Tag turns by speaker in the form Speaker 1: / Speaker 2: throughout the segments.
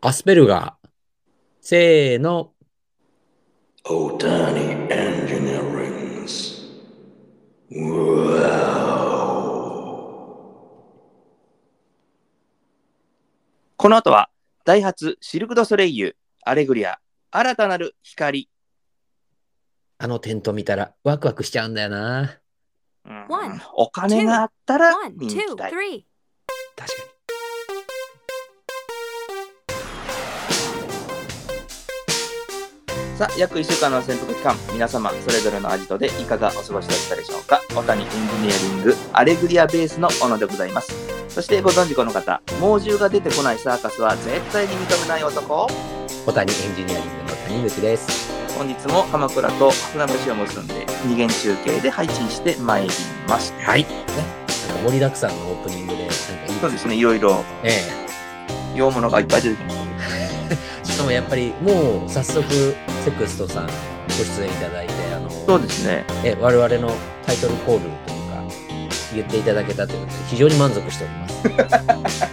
Speaker 1: アスペルガー。せーの。
Speaker 2: Otani Engineerings. Wow.
Speaker 3: この後は、ダイハツシルク・ドゥソレイユ、アレグリア、新たなる光。
Speaker 1: あのテント見たらワクワクしちゃうんだよな。
Speaker 3: うん
Speaker 4: One,
Speaker 3: お金があったら
Speaker 4: One,
Speaker 3: 見に
Speaker 4: two,
Speaker 3: 行きたい。
Speaker 4: three.
Speaker 1: 確かに。
Speaker 3: さあ、約1週間の潜伏期間、皆様それぞれのアジトでいかがお過ごしだったでしょうか。小谷エンジニアリング、アレグリアベースの小野でございます。そしてご存知この方、猛獣が出てこないサーカスは絶対に認めない男。
Speaker 1: 小谷エンジニアリングの谷口です。
Speaker 3: 本日も鎌倉と船橋を結んで、二元中継で配信してまいりました。
Speaker 1: はい。ね、なんか盛りだくさんのオープニングで、なんかいい
Speaker 3: そうですね、いろいろ、
Speaker 1: え
Speaker 3: 用物がいっぱい出てきました。
Speaker 1: えしかもやっぱりもう早速、セクストさんご出演いただいて、あの、
Speaker 3: そうですね。
Speaker 1: え我々のタイトルコールというか、言っていただけたということで、非常に満足しており ます。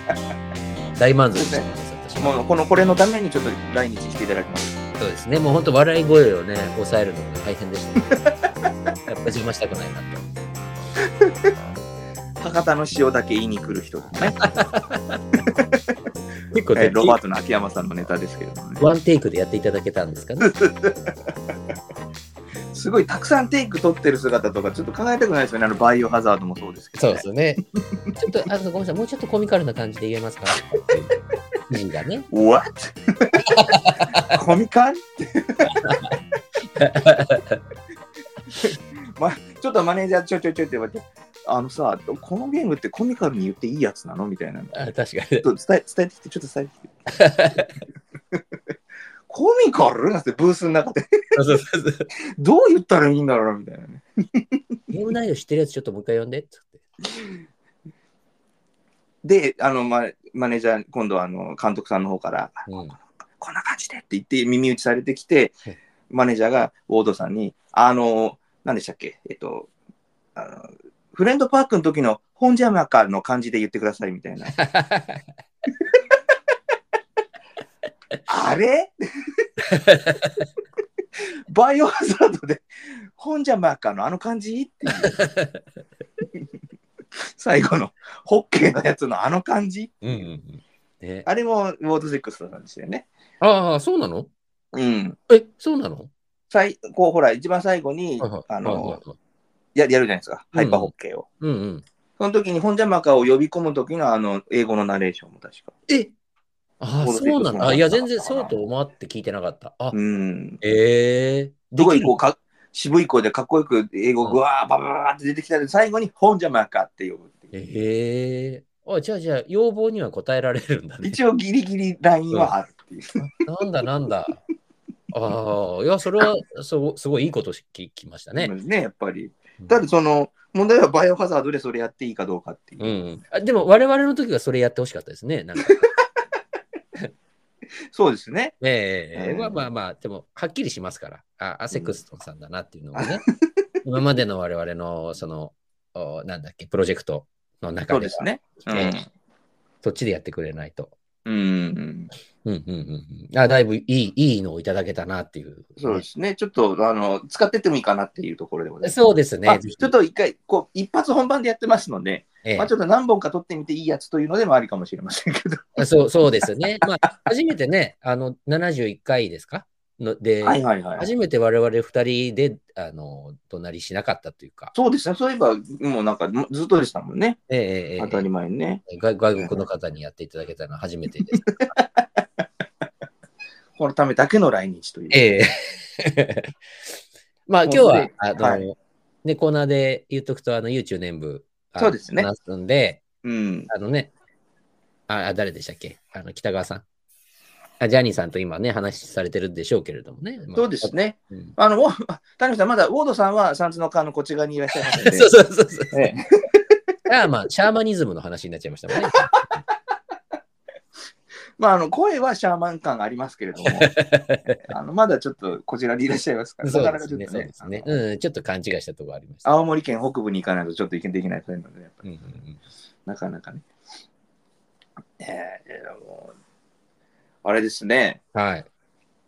Speaker 1: 大満足しております、私も。
Speaker 3: もうこのこれのためにちょっと来日していただきまし
Speaker 1: そうですね。もう本当笑い声をね、抑えるのが大変でした、 ね。やっぱ邪魔したくないなと。
Speaker 3: た。博多の塩だけ言いに来る人、
Speaker 1: 結構
Speaker 3: え
Speaker 1: ね
Speaker 3: ー、ロバートの秋山さんのネタですけれどもね。
Speaker 1: ワンテイクでやっていただけたんですか ね。
Speaker 3: すごいたくさんテイク取ってる姿とかちょっと考えたくないですよね。あのバイオハザードもそうですけど、
Speaker 1: そうですよ
Speaker 3: ね。
Speaker 1: ね。ちょっと、あの、ごめんなさい、もうちょっとコミカルな感じで言え ますか。字がね。
Speaker 3: What? コミカル ま、ちょっとマネージャーちょいちょいちょいって言われて、あのさ、このゲームってコミカルに言っていいやつなのみたいな。ち
Speaker 1: あ、確かに。
Speaker 3: ょっと伝え伝えてきて、ちょっと伝えてきて。 コミカルなんてブースの中で、
Speaker 1: そうそうそう
Speaker 3: どう言ったらいいんだろうなみたいなね。
Speaker 1: ゲーム内容知ってるやつ、ちょっともう一回読んで。つって
Speaker 3: で、あの、ま、マネージャー、今度はあの監督さんの方から、
Speaker 1: うん。
Speaker 3: こんな感じでって言って耳打ちされてきて
Speaker 1: はい、
Speaker 3: マネージャーがウォードさんに、あの、何でしたっけ、えっと、あのフレンドパークの時の本ジャマカの感じで言ってくださいみたい な。あれバイオハザードで本ジャマカのあの感じって いう最後のホッケーのやつのあの感じ
Speaker 1: うんうんうん。ね、
Speaker 3: あれもウォードセックスなんですよね。
Speaker 1: ああ、そうなの
Speaker 3: うん。
Speaker 1: え、そうなの
Speaker 3: 最こうほら一番最後に、
Speaker 1: はいはい
Speaker 3: あ
Speaker 1: はい
Speaker 3: の
Speaker 1: はいはい
Speaker 3: ややるじゃないですか、
Speaker 1: うん
Speaker 3: ハイパーホッケーを。
Speaker 1: うんうん。
Speaker 3: その時に本邪魔かを呼び込む時のあの英語のナレーションも確か。
Speaker 1: えああ、そうなんだ。あいや、全然そうと思って聞いてなかった。あ、
Speaker 3: うん。
Speaker 1: ええ
Speaker 3: すごい
Speaker 1: できる
Speaker 3: こうか渋い声でかっこよく英語ぐわーばばばって出てきたら最後に本邪魔かって呼ぶっていう。
Speaker 1: ええあ、じゃあじゃあ、要望には応えられるんだね。
Speaker 3: 一応ギリギリラインはあるっていう。
Speaker 1: なんだなんだ。ああ、いや、それはそうすごいいいことし聞きましたね。
Speaker 3: ねやっぱり。ただその問題はバイオハザードでそれやっていいかどうかっていう。
Speaker 1: うんうんあでも、我々の時はそれやってほしかったですね。なんか
Speaker 3: そうですね。
Speaker 1: ええ
Speaker 3: うん
Speaker 1: まあまあまあ、でも、はっきりしますから、あアセクストンさんだなっていうのがね、今までの我々の、その、おなんだっけ、プロジェクトの
Speaker 3: そ
Speaker 1: 中
Speaker 3: う
Speaker 1: で
Speaker 3: で
Speaker 1: は
Speaker 3: すね。
Speaker 1: ええそっちでやってくれないと。
Speaker 3: うん。うん
Speaker 1: うんうんうんうん。あ、だいぶいい、いいのをいただけたなっていう。
Speaker 3: そうですね。ちょっとあの使ってってもいいかなっていうところでございます。
Speaker 1: そうですね
Speaker 3: あ。ちょっと一回こう、一発本番でやってますので、
Speaker 1: ええ
Speaker 3: まあ、ちょっと何本か撮ってみていいやつというのでもありかもしれませんけど、
Speaker 1: あそうそうですね。 まあ、初めてね、あの、71回ですかので、
Speaker 3: はいはいはい。
Speaker 1: 初めて我々2人で、あの、隣しなかったというか、
Speaker 3: そうですね、そういえば、もうなんかずっとでしたもんね、
Speaker 1: えええええ
Speaker 3: 当たり前にね。
Speaker 1: え外外国の方にやっていただけたのは初めて です。
Speaker 3: このためだけの来日という。
Speaker 1: ええ まあ、今日
Speaker 3: もう
Speaker 1: は
Speaker 3: すで、
Speaker 1: あの、
Speaker 3: はい
Speaker 1: ね、コーナーで言っとくと、あの、YouTube 年部、あの
Speaker 3: そうですね
Speaker 1: 話すんで、
Speaker 3: うん、
Speaker 1: あのね、あ、あ誰でしたっけあの、北川さん。あジャニーさんと今ね、話されてるんでしょうけれどもね。まあ
Speaker 3: そうです。ね。
Speaker 1: うん
Speaker 3: あの、ウォ 谷口さん、まだウォードさんは三つの川のこっち側にいらっしゃいますので。
Speaker 1: そうそうそうそう。
Speaker 3: ええ
Speaker 1: ああまあ、シャーマニズムの話になっちゃいましたもんね。
Speaker 3: まあ、あの声はシャーマン感がありますけれど も、あのまだちょっとこちらにいらっしゃいますか ら、
Speaker 1: そう
Speaker 3: なかな
Speaker 1: で
Speaker 3: か
Speaker 1: す
Speaker 3: ちょっ
Speaker 1: ね。
Speaker 3: と
Speaker 1: そう
Speaker 3: ね
Speaker 1: で、すね。うん、ちょっと勘違いしたところありました。
Speaker 3: 青森県北部に行かないとちょっと行けできないというので、やっぱり
Speaker 1: うんうんうん
Speaker 3: なかなかね。えー、あのあれですね。
Speaker 1: はい。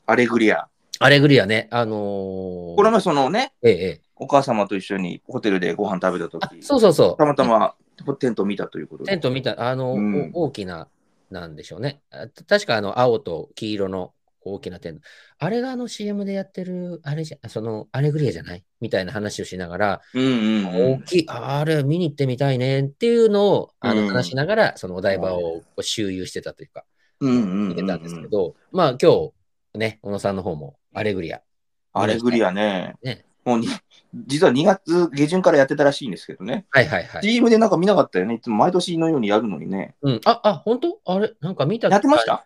Speaker 3: アレグリア。
Speaker 1: アレグリアね、あのー
Speaker 3: これもそのね、
Speaker 1: ええ、ええ。
Speaker 3: お母様と一緒にホテルでご飯食べた
Speaker 1: あ
Speaker 3: 時
Speaker 1: そうそうそう。
Speaker 3: たまたまテントを見たということで。
Speaker 1: テント見た、あの、
Speaker 3: うん
Speaker 1: お大きな、なんでしょうね。あ確かあの、青と黄色の大きなテント。あれがあの CM でやってる、あれじゃ、その、アレグリアじゃないみたいな話をしながら、
Speaker 3: うんうんう
Speaker 1: 大
Speaker 3: ん。
Speaker 1: きい、ああれ見に行ってみたいねっていうのを、あ
Speaker 3: う
Speaker 1: の、
Speaker 3: ん
Speaker 1: 話しながら、そのお台場を周遊してたというか、
Speaker 3: うんうん
Speaker 1: 見て
Speaker 3: うんう
Speaker 1: たんですけ
Speaker 3: ん。
Speaker 1: ど、まあ今日、ね、小野さんの方も、アレグリア。
Speaker 3: アレグリアね。
Speaker 1: ね
Speaker 3: もうに、実は2月下旬からやってたらしいんですけどね。
Speaker 1: はいはいはい。
Speaker 3: CM でなんか見なかったよね。いつも毎年のようにやるのにね。
Speaker 1: うん、あ、あ、本当あれなんか見た
Speaker 3: やってました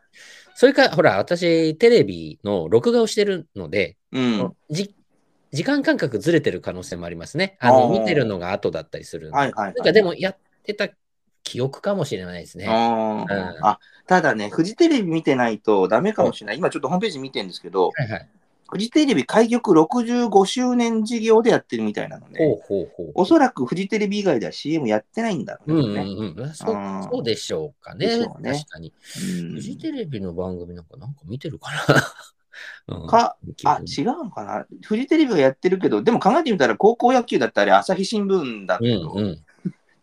Speaker 1: それから、ほら、私、テレビの録画をしてるので、
Speaker 3: うん。
Speaker 1: じ時間感覚ずれてる可能性もありますね。あの
Speaker 3: あー
Speaker 1: 見てるのが後だったりするんで。
Speaker 3: はいはいはい。
Speaker 1: なんかでもやってた記憶かもしれないです
Speaker 3: う
Speaker 1: ね。
Speaker 3: ん、
Speaker 1: ん
Speaker 3: あ、ただね、フジテレビ見てないとダメかもしれない。今ちょっとホームページ見てるんですけど、
Speaker 1: はいはい。
Speaker 3: フジテレビ開局65周年事業でやってるみたいなので、
Speaker 1: ほうほうほう。
Speaker 3: おそらくフジテレビ以外では CM やってないんだろ
Speaker 1: うんう
Speaker 3: うね。
Speaker 1: んうん。そう
Speaker 3: うん
Speaker 1: そうでしょうか
Speaker 3: で
Speaker 1: ね。
Speaker 3: しょうね
Speaker 1: 確かに。
Speaker 3: うん
Speaker 1: フジテレビの番組なんかなんか見てるかな。 うん
Speaker 3: か、
Speaker 1: 記
Speaker 3: あ
Speaker 1: 憶、
Speaker 3: 違うのかな。フジテレビがやってるけど、でも考えてみたら高校野球だったり、朝日新聞だ
Speaker 1: う
Speaker 3: け
Speaker 1: ん
Speaker 3: ど、
Speaker 1: うん。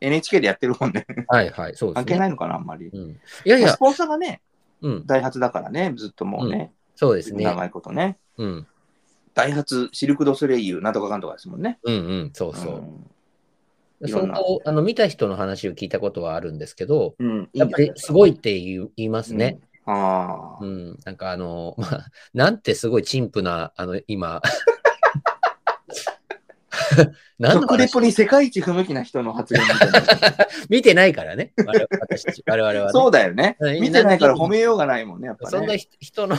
Speaker 3: NHK でやってるもんね。
Speaker 1: はいはい。そうで
Speaker 3: 関
Speaker 1: す
Speaker 3: 係な
Speaker 1: ね。
Speaker 3: いのかな、あんまり。
Speaker 1: うん、いやいや
Speaker 3: まあス、ポンサーがね、
Speaker 1: うん、
Speaker 3: ダイハツだからね、ずっともうね、
Speaker 1: そうですね。
Speaker 3: 長いことね。
Speaker 1: うん、
Speaker 3: ダイハツ、シルク・ド・ソレイユ、なんとかかんとかですもんね。
Speaker 1: うん、うん、そうそう。
Speaker 3: い
Speaker 1: そ
Speaker 3: ろ
Speaker 1: うん
Speaker 3: な
Speaker 1: あの見た人の話を聞いたことはあるんですけど、
Speaker 3: うん。うん、
Speaker 1: やっぱりすごいって言う言いますね。
Speaker 3: うん。ああ
Speaker 1: う。ん、なんかあの、 まあ、なんてすごい陳腐な、あの、 今。何の
Speaker 3: 食レ
Speaker 1: 話
Speaker 3: ポに世界一不向きな人の発言みた いな。
Speaker 1: 見てないからね。我々私たち我々は、ね。
Speaker 3: そうだよね
Speaker 1: う。ん
Speaker 3: 見てないから褒めようがないもんね、やっぱ
Speaker 1: そんな
Speaker 3: ね。
Speaker 1: 人人の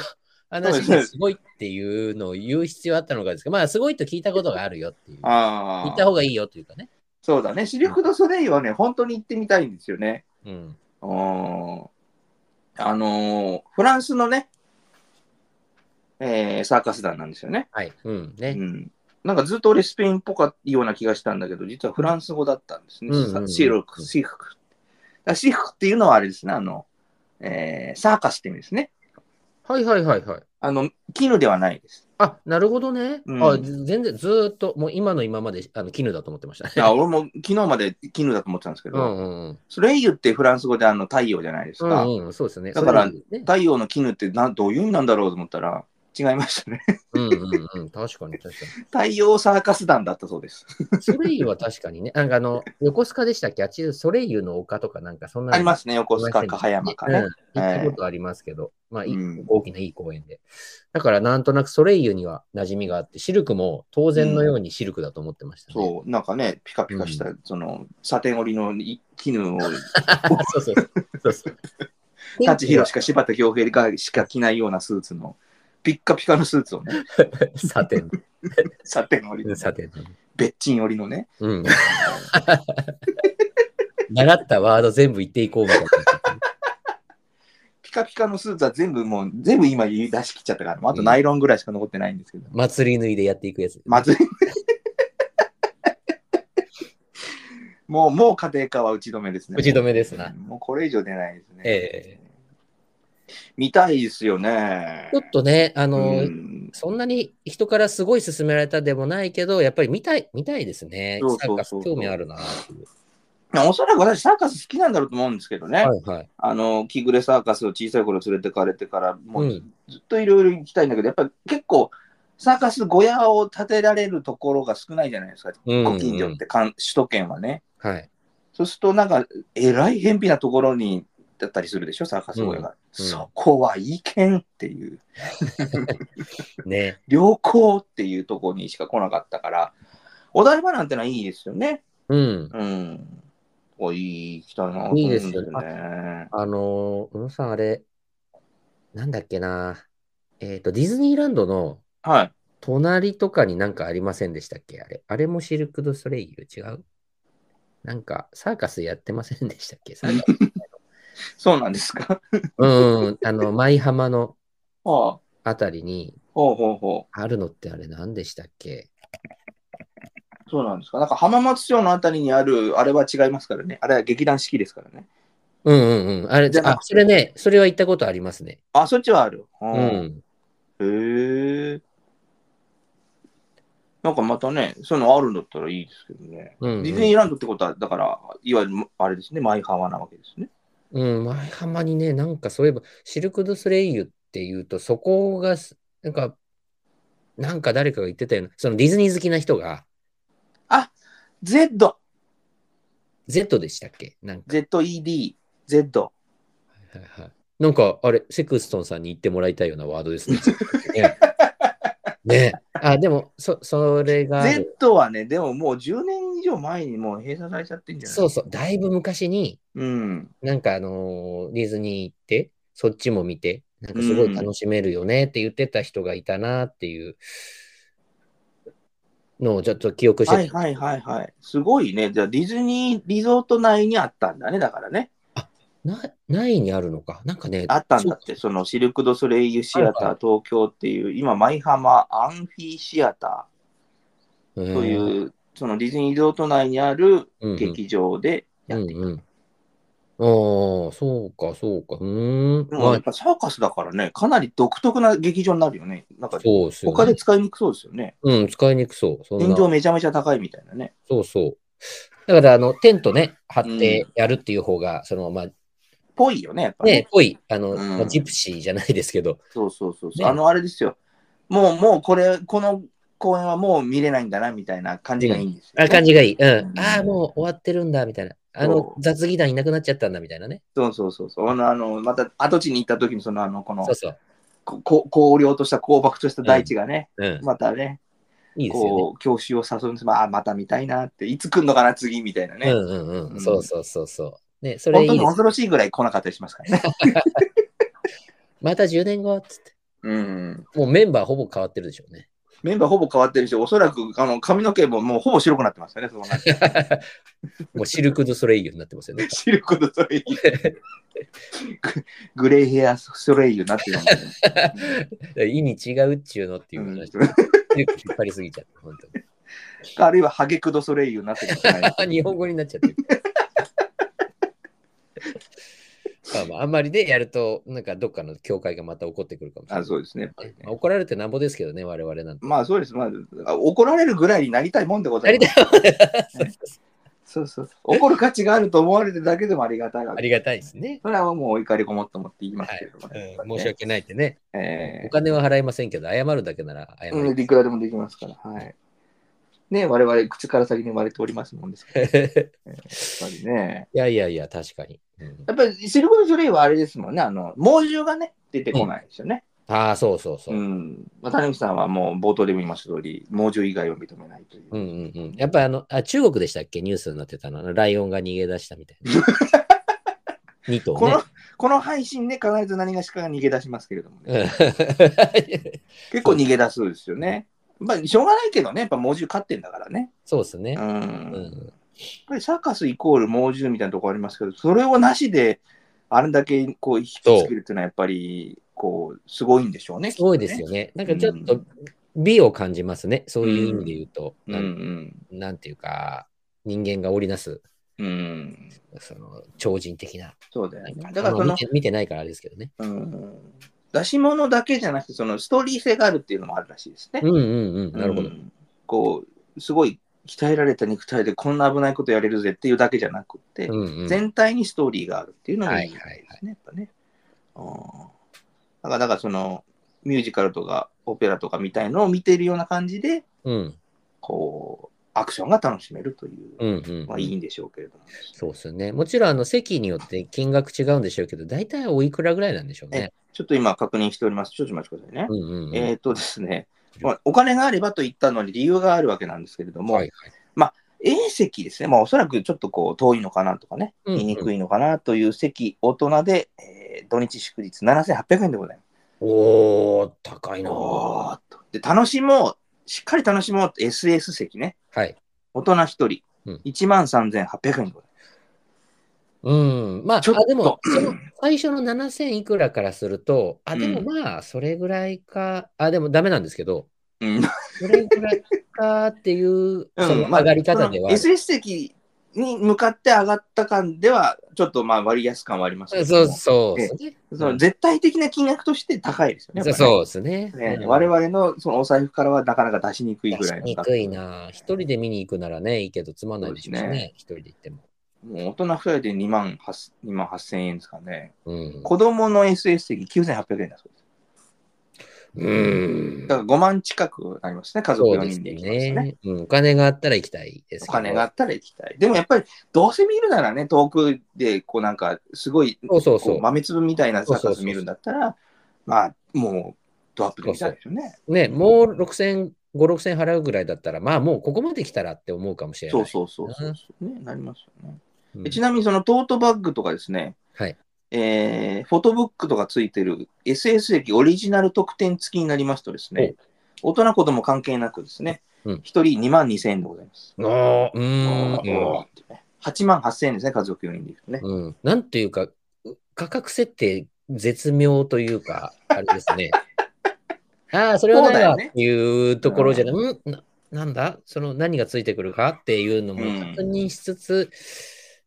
Speaker 1: 話がすごいっていうのを言う必要あったのかですけど、まあ、すごいと聞いたことがあるよっていう。言
Speaker 3: あ
Speaker 1: った
Speaker 3: あ。
Speaker 1: 方がいいよというかね。
Speaker 3: そうだね。シルク・ド・ソレイユはね、本当に行ってみたいんですよね。
Speaker 1: うん。
Speaker 3: うーんあのーフランスのね、えーサーカス団なんですよね。
Speaker 1: はい。うん。
Speaker 3: う
Speaker 1: ね。
Speaker 3: ん。なんかずっと俺スペインっぽかったような気がしたんだけど、実はフランス語だったんですね。
Speaker 1: うんうんうん
Speaker 3: さシルク、シフク。だからシフクっていうのはあれですね、あの、えーサーカスって意味ですね。
Speaker 1: はいはいはいはい。
Speaker 3: あの、絹ではないです。
Speaker 1: あ、なるほどね。
Speaker 3: うん
Speaker 1: あず全然ずーっと、もう今の今まであの絹だと思ってましたね。
Speaker 3: いや、俺も昨日まで絹だと思ってたんですけ
Speaker 1: う
Speaker 3: ど、
Speaker 1: んうんうん。
Speaker 3: ソレイユってフランス語であの太陽じゃないです
Speaker 1: う
Speaker 3: か。
Speaker 1: んうん、そうですね。
Speaker 3: だから
Speaker 1: そうですね、
Speaker 3: 太陽の絹ってなどういう意味なんだろうと思ったら、違いましたね。
Speaker 1: うんうんうん、確かに確か
Speaker 3: 太陽サーカス団だったそうです。
Speaker 1: に。ソレイユは確かにね、なんかあの、横須賀でしたっけあっち、ソレイユの丘とかなんかそんなの
Speaker 3: ありますね、横須賀か葉山か
Speaker 1: う
Speaker 3: ね。
Speaker 1: ん
Speaker 3: はい
Speaker 1: 行ったことありますけど、まあ、いい
Speaker 3: うん
Speaker 1: 大きないい公園で。だからなんとなくソレイユには馴染みがあって、シルクも当然のようにシルクだと思ってましたね。
Speaker 3: そう、なんかね、ピカピカした、その、サテン織りのい 絹を、
Speaker 1: そうそうそうそうそう。
Speaker 3: 舘ひろしか柴田恭平がしか着ないようなスーツの、ピッカピカのスーツをね、
Speaker 1: サテン。
Speaker 3: サテン織り、
Speaker 1: サテン。
Speaker 3: べっちん織りのね、
Speaker 1: うん。 習ったワード全部言っていこうみたいな。
Speaker 3: ピカピカのスーツは全部もう、全部今言い出し切っちゃったから、もうあとナイロンぐらいしか残ってないんですけど、
Speaker 1: 祭り縫いでやっていくやつ。
Speaker 3: まずい。 もう、もう家庭科は打ち止めですね。
Speaker 1: 打ち止めですな。
Speaker 3: もうこれ以上出ないですね。
Speaker 1: え
Speaker 3: 見たいですよね。
Speaker 1: ちょっとね、あの、
Speaker 3: うん
Speaker 1: そんなに人からすごい勧められたでもないけど、やっぱり見たい、見たいですね。
Speaker 3: そう
Speaker 1: サ
Speaker 3: そ
Speaker 1: ー
Speaker 3: う
Speaker 1: カ
Speaker 3: そう
Speaker 1: ス興味あるなっていう。
Speaker 3: おそらく私、サーカス好きなんだろうと思うんですけどね、
Speaker 1: はいはい。
Speaker 3: あのキグレサーカスを小さい頃連れてかれてから、も
Speaker 1: う
Speaker 3: うんずっといろいろ行きたいんだけど、やっぱり結構、サーカス小屋を建てられるところが少ないじゃないですか、
Speaker 1: うん
Speaker 3: ご近所って、かん首都圏はね。
Speaker 1: はい。
Speaker 3: そうすると、なんか、えらい偏僻なところにだったりするでしょ、サーカス小屋が。
Speaker 1: うんうん
Speaker 3: そこは違憲っていう、
Speaker 1: ね。
Speaker 3: 良好っていうところにしか来なかったから、お台場なんてのはいいですよね。
Speaker 1: うん。
Speaker 3: うん。おいい、行きたいなと思うん
Speaker 1: いいですよね
Speaker 3: ね。
Speaker 1: あの、宇野さん、あれ、なんだっけな。えっ、と、ディズニーランドの
Speaker 3: はい。
Speaker 1: 隣とかになんかありませんでしたっけあれ。あれもシルク・ドゥ・ソレイユ違うなんか、サーカスやってませんでしたっけサーカス
Speaker 3: そうなんですか。
Speaker 1: うん。あの、舞浜の
Speaker 3: ああ、
Speaker 1: あたりに
Speaker 3: ほうほうほ
Speaker 1: あるのってあれ何でしたっけ
Speaker 3: う。そうなんですか。なんか浜松町のあたりにある、あれは違いますからね。あれは劇団四季ですからね。
Speaker 1: うんうんうん。あれ
Speaker 3: じゃ、な
Speaker 1: あ
Speaker 3: く、て
Speaker 1: それね、それは行ったことありますね。
Speaker 3: あ、そっちはある。う
Speaker 1: う。ん。
Speaker 3: へえ。なんかまたね、そういうのあるんだったらいいですけどね。
Speaker 1: うん、う
Speaker 3: ディズニ
Speaker 1: ん。
Speaker 3: ーランドってことは、だから、いわゆる、あれですね、マイハワなわけですね。
Speaker 1: うん、前浜にね、なんかそういえば、シルク・ドゥ・スレイユっていうと、そこがす、なんか、なんか誰かが言ってたような、そのディズニー好きな人が、
Speaker 3: Z、
Speaker 1: Z でしたっけなんか、
Speaker 3: ZED、Z。
Speaker 1: はいはいなんか、あれ、セクストンさんに言ってもらいたいようなワード ですね。ね。ねあ、でも、そ、それがある、
Speaker 3: Z はね、でももう10年以上前にもう閉鎖されちゃってんじゃない
Speaker 1: そうそう、だいぶ昔に、
Speaker 3: うん。
Speaker 1: なんかあのーディズニー行って、そっちも見て、なんかすごい楽しめるよねって言ってた人がいたなっていうのをちょっと記憶して
Speaker 3: はいはいはいはい。すごいね。じゃあディズニーリゾート内にあったんだね、だからね。
Speaker 1: な、ないにあるのか。なんかね、
Speaker 3: あったんだっ
Speaker 1: そ
Speaker 3: て、そのシルク・ドゥ・ソレイユ・シ
Speaker 1: は
Speaker 3: アタ
Speaker 1: いは
Speaker 3: ー東京っていう、今、舞浜アンフィシアタ
Speaker 1: う
Speaker 3: ーとい
Speaker 1: うん、
Speaker 3: う、そのディズニーリゾート内にある
Speaker 1: うんうん
Speaker 3: 劇場でやってい
Speaker 1: うんうん。
Speaker 3: く。
Speaker 1: ああ、そうか、そうか。うーん。
Speaker 3: もう
Speaker 1: ま
Speaker 3: やっ
Speaker 1: あ、
Speaker 3: ぱサーカスだからね、かなり独特な劇場になるよね。なんか、
Speaker 1: そうっすよね
Speaker 3: 他で使いにくそうですよね。
Speaker 1: うん、使いにくそう。そんな
Speaker 3: 天井めちゃめちゃ高いみたいなね。
Speaker 1: そうそう。だから、あの、テントね、張ってやるっていう方が、その、まあ、
Speaker 3: ぽいよね、やっぱ
Speaker 1: ね
Speaker 3: ね。、
Speaker 1: ぽい、あの、
Speaker 3: うん
Speaker 1: まあジプシーじゃないですけど、
Speaker 3: そうそうそうそう。
Speaker 1: ね
Speaker 3: あの、あれですよ。もう、もう、これ、この公演はもう見れないんだな、みたいな感じがいいんですよね、
Speaker 1: あ、感じがいい。う
Speaker 3: うん
Speaker 1: ん。ああ、もう終わってるんだ、みたいな。あの
Speaker 3: そ、う
Speaker 1: 雑技団いなくなっちゃったんだ、みたいなね。
Speaker 3: そうそうそうそう。あの、あのまた跡地に行った時に、その、あの、この
Speaker 1: そう、そう。
Speaker 3: ここ荒涼とした荒漠とした大地がね、
Speaker 1: うん。
Speaker 3: またね、
Speaker 1: いいですよ
Speaker 3: こう、教習を誘うんです。まあ、また見たいなって、いつ来るのかな、次みたいな
Speaker 1: ね。
Speaker 3: ね。
Speaker 1: うんうん
Speaker 3: う
Speaker 1: うんん。そうそうそうそう。ね、それ
Speaker 3: 本
Speaker 1: い
Speaker 3: 当
Speaker 1: い
Speaker 3: に
Speaker 1: です。
Speaker 3: 恐ろしいぐらい来なかったりしますからね。
Speaker 1: また10年後、つって。
Speaker 3: うん。
Speaker 1: もうメンバーほぼ変わってるでしょうね。
Speaker 3: メンバーほぼ変わってるし、おそらくあの髪の毛ももうほぼ白くなってますよね、そう なって
Speaker 1: もうシルク・ドゥ・ソレイユになって ますよね。
Speaker 3: シルクドソレイユ。グレイヘアソレイユになってるもんね。
Speaker 1: 意味違うっちゅうのっていう 話。
Speaker 3: うん
Speaker 1: 引っ張りすぎちゃった、本
Speaker 3: あるいはハゲクドソレイユになってるかもしれない
Speaker 1: 当に。 日本語になっちゃ ってる。まあまあ、あんまりでやると、なんかどっかの教会がまた怒ってくるかもしれない
Speaker 3: あ。そうですね。やっぱりね
Speaker 1: まあ怒られてなんぼですけどね、我々なんて。
Speaker 3: まあそうです。まあ、怒られるぐらいになりたいもんでござ
Speaker 1: や
Speaker 3: い
Speaker 1: り
Speaker 3: ま
Speaker 1: た
Speaker 3: す。
Speaker 1: いもんね
Speaker 3: そうそうそう。怒る価値があると思われてるだけでもありがたいわ
Speaker 1: あ
Speaker 3: け
Speaker 1: りがたいですね。
Speaker 3: それはもうお怒りこもっともって言いますけれどもね、やっぱり
Speaker 1: うん
Speaker 3: ね
Speaker 1: 申し訳ないってね。
Speaker 3: え
Speaker 1: お金は払いませんけど、謝るだけなら謝
Speaker 3: えうん、
Speaker 1: る。
Speaker 3: いくらでもできますから。はい。ね我々、口から先に割れておりますもんで すから、やっぱりね。
Speaker 1: いやいやいや、確かに。うん
Speaker 3: やっぱり、シルク・ドゥ・ソレイユはあれですもんね。あの、猛獣がね、出てこないですよね。
Speaker 1: ああ、そうそうそうう。うん
Speaker 3: ん。まあ、谷口さんはもう冒頭でも言いました通り、猛獣以外を認めないという。
Speaker 1: うんうん、やっぱあのあ中国でしたっけニュースになってたのあのライオンが逃げ出したみたい な。2頭
Speaker 3: こ
Speaker 1: ね
Speaker 3: の、この配信ね、必ず何がしかが逃げ出しますけれどもね。
Speaker 1: うん。
Speaker 3: 結構逃げ出すんですよね。まあ、しょうがないけどね、やっぱ猛獣飼ってんだからね。
Speaker 1: そうですね
Speaker 3: う。ん。
Speaker 1: う
Speaker 3: やっ
Speaker 1: ん、
Speaker 3: ぱりサーカスイコール猛獣みたいなとこありますけど、それをなしで、あれだけこう引きつけるっていうのは、やっぱり、こう、すごいんでしょうね。
Speaker 1: すごいです
Speaker 3: よ。
Speaker 1: よね。なんかちょっと美を感じますね。そういう意味で言うと。
Speaker 3: う
Speaker 1: なん
Speaker 3: ん
Speaker 1: なんていうか、人間が織りなす
Speaker 3: うん。うん。
Speaker 1: その超人的な。
Speaker 3: そうだよね。だ
Speaker 1: だから
Speaker 3: かその
Speaker 1: 見、て見てないからあれですけどね。
Speaker 3: うん。出し物だけじゃなくて、そのストーリー性があるっていうのもあるらしいですね
Speaker 1: う。んうんうん。なるほど。
Speaker 3: うんこう、すごい鍛えられた肉体でこんな危ないことやれるぜっていうだけじゃなくって、
Speaker 1: うんうん、
Speaker 3: 全体にストーリーがあるっていうのが
Speaker 1: はいい
Speaker 3: いですね、
Speaker 1: はいはい
Speaker 3: やっぱね。うんだから、だからそのミュージカルとかオペラとかみたいのを見ているような感じで、
Speaker 1: うん
Speaker 3: こう、アクションが楽しめるという、
Speaker 1: うんうん
Speaker 3: まあいいんでしょうけれども。
Speaker 1: そうですね。もちろん、あの、席によって金額違うんでしょうけど、大体おいくらぐらいなんでしょうね。
Speaker 3: ちょっと今確認しております。ちょっとお待ちくださいね。
Speaker 1: うんうんうん。
Speaker 3: えっ、とですね、まあお金があればと言ったのに理由があるわけなんですけれども、
Speaker 1: はいはい。
Speaker 3: A 席ですね、まあ、おそらくちょっとこう遠いのかなとかね、
Speaker 1: うんうん
Speaker 3: 見にくいのかなという席、大人で、えー土日祝日7800円でございます。
Speaker 1: おー、高いなぁ
Speaker 3: おーっとで楽しもう、しっかり楽しもうって SS 席ね、
Speaker 1: はい。
Speaker 3: 大人1人、
Speaker 1: うん
Speaker 3: 1万3800円でございます。
Speaker 1: うん。まあ、
Speaker 3: ちょっと
Speaker 1: あで も、その最初の7000いくらからすると、あ、でもまあ、それぐらいか、あ、でもダメなんですけど、
Speaker 3: うん
Speaker 1: それぐらいかっていう、その
Speaker 3: まあ
Speaker 1: 上がり方ではある。
Speaker 3: その SS 席に向かって上がった感では、ちょっとまあ割安感はありますけど
Speaker 1: そう
Speaker 3: も
Speaker 1: そうですね。
Speaker 3: その絶対的な金額として高いですよね。
Speaker 1: そう
Speaker 3: やっ
Speaker 1: そうですね
Speaker 3: ぱ。りね
Speaker 1: う
Speaker 3: ね
Speaker 1: ん
Speaker 3: 我々のそのお財布からはなかなか出しにくいぐらいの
Speaker 1: にくいな。一人で見に行くならね、いいけど、つまんないでしょうし
Speaker 3: そうです
Speaker 1: ね。一人で行っても。
Speaker 3: もう大人2人で2万 ,8 2万8000円ですかね。
Speaker 1: うん。
Speaker 3: 子供の SS 席9800円だそうです。
Speaker 1: うん
Speaker 3: だから5万近くなりますね、家族
Speaker 1: そう
Speaker 3: 4
Speaker 1: です
Speaker 3: 人で行きますね。
Speaker 1: ね。うんお金があったら行きたいですけど。
Speaker 3: お金があったら行きたい。でもやっぱり、どうせ見るならね、遠くで、こうなんか、すごい、
Speaker 1: そうそう
Speaker 3: こ
Speaker 1: そう
Speaker 3: 豆粒みたいなサー
Speaker 1: そう
Speaker 3: カ
Speaker 1: そう
Speaker 3: ス
Speaker 1: そう
Speaker 3: 見るんだったら、まあ、もう、ドアップで見たいですよね。
Speaker 1: う。ね、もう6000、5、6000払うぐらいだったら、まあもうここまで来たらって思うかもしれな
Speaker 3: そ
Speaker 1: い。
Speaker 3: うそうそうそううんそう、ね。なりますよね。
Speaker 1: うん
Speaker 3: えちなみに、そのトートバッグとかですね、
Speaker 1: はい
Speaker 3: えーフォトブックとかついてる SS 駅オリジナル特典付きになりますとですね、大人子供関係なくですね、
Speaker 1: うん
Speaker 3: 一人2万2000円でございます。
Speaker 1: ああ、う
Speaker 3: お
Speaker 1: ん
Speaker 3: ー。ってね8万8000円ですね、家族4人で行くとね。
Speaker 1: うん。なんていうか、価格設定絶妙というか、あれですね。 ああ、それはないわっていうところじゃない。うんななんだその何がついてくるかっていうのも
Speaker 3: うん
Speaker 1: 確認しつつ、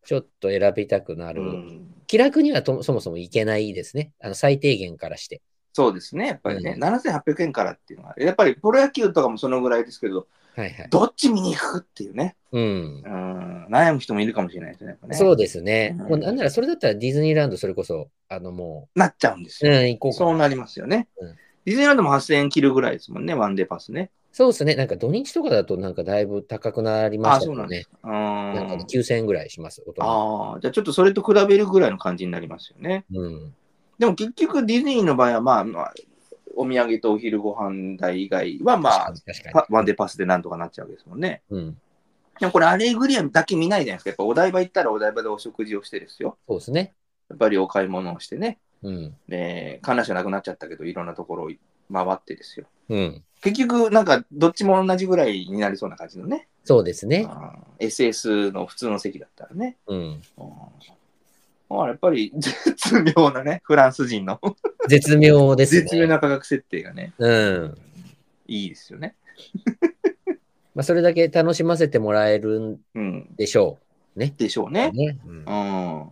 Speaker 1: ちょっと選びたくなる。
Speaker 3: うん
Speaker 1: 気楽にはとそもそもいけないですね。あの最低限からして。
Speaker 3: そうですね、やっぱりね、
Speaker 1: うん
Speaker 3: 7800円からっていうのは、やっぱりプロ野球とかもそのぐらいですけど、
Speaker 1: はいはい。
Speaker 3: どっち見に行くっていうね、
Speaker 1: うん
Speaker 3: う。ん、悩む人もいるかもしれないですね、やっぱね
Speaker 1: そうですね。
Speaker 3: うん
Speaker 1: もうなんならそれだったらディズニーランドそれこそ、あのも
Speaker 3: なっちゃうんです
Speaker 1: う、う
Speaker 3: よ。
Speaker 1: ん、行こうか
Speaker 3: そう
Speaker 1: な。
Speaker 3: なりますよね。
Speaker 1: うん
Speaker 3: ディズニーランドも8000円切るぐらいですもんね、ワンデーパスね。
Speaker 1: そうですね。なんか土日とかだとなんかだいぶ高くなりま
Speaker 3: あ
Speaker 1: した
Speaker 3: そ
Speaker 1: よ
Speaker 3: うなん
Speaker 1: ね
Speaker 3: で。すか。う
Speaker 1: なんかね
Speaker 3: ん
Speaker 1: 9000円ぐらいします、大人。
Speaker 3: ああ、じゃあちょっとそれと比べるぐらいの感じになりますよね。
Speaker 1: うん。
Speaker 3: でも結局、ディズニーの場合は、まあ、まあ、お土産とお昼ご飯代以外は、まあ、
Speaker 1: 確かに確
Speaker 3: パ
Speaker 1: か
Speaker 3: ワンデーパスでなんとかなっちゃうわけですもんね。
Speaker 1: に。うん。
Speaker 3: でもこれ、アレグリアだけ見ないじゃないですか。やっぱお台場行ったらお台場でお食事をしてですよ。
Speaker 1: そうですね。
Speaker 3: やっぱりお買い物をしてね。
Speaker 1: うん。
Speaker 3: で、観覧車なくなっちゃったけど、いろんなところを回ってですよ。
Speaker 1: うん。
Speaker 3: 結局、なんか、どっちも同じぐらいになりそうな感じのね。
Speaker 1: そうです
Speaker 3: う
Speaker 1: ね。
Speaker 3: ん SS の普通の席だったらね。
Speaker 1: うん。
Speaker 3: うんまあ、やっぱり、絶妙なね、フランス人の
Speaker 1: 絶妙ですね。
Speaker 3: 絶妙な価格設定がね、
Speaker 1: うん。
Speaker 3: いいですよね。
Speaker 1: まあ、それだけ楽しませてもらえるん
Speaker 3: うん。
Speaker 1: でしょ
Speaker 3: でしょう
Speaker 1: う。
Speaker 3: ね。
Speaker 1: ね。うん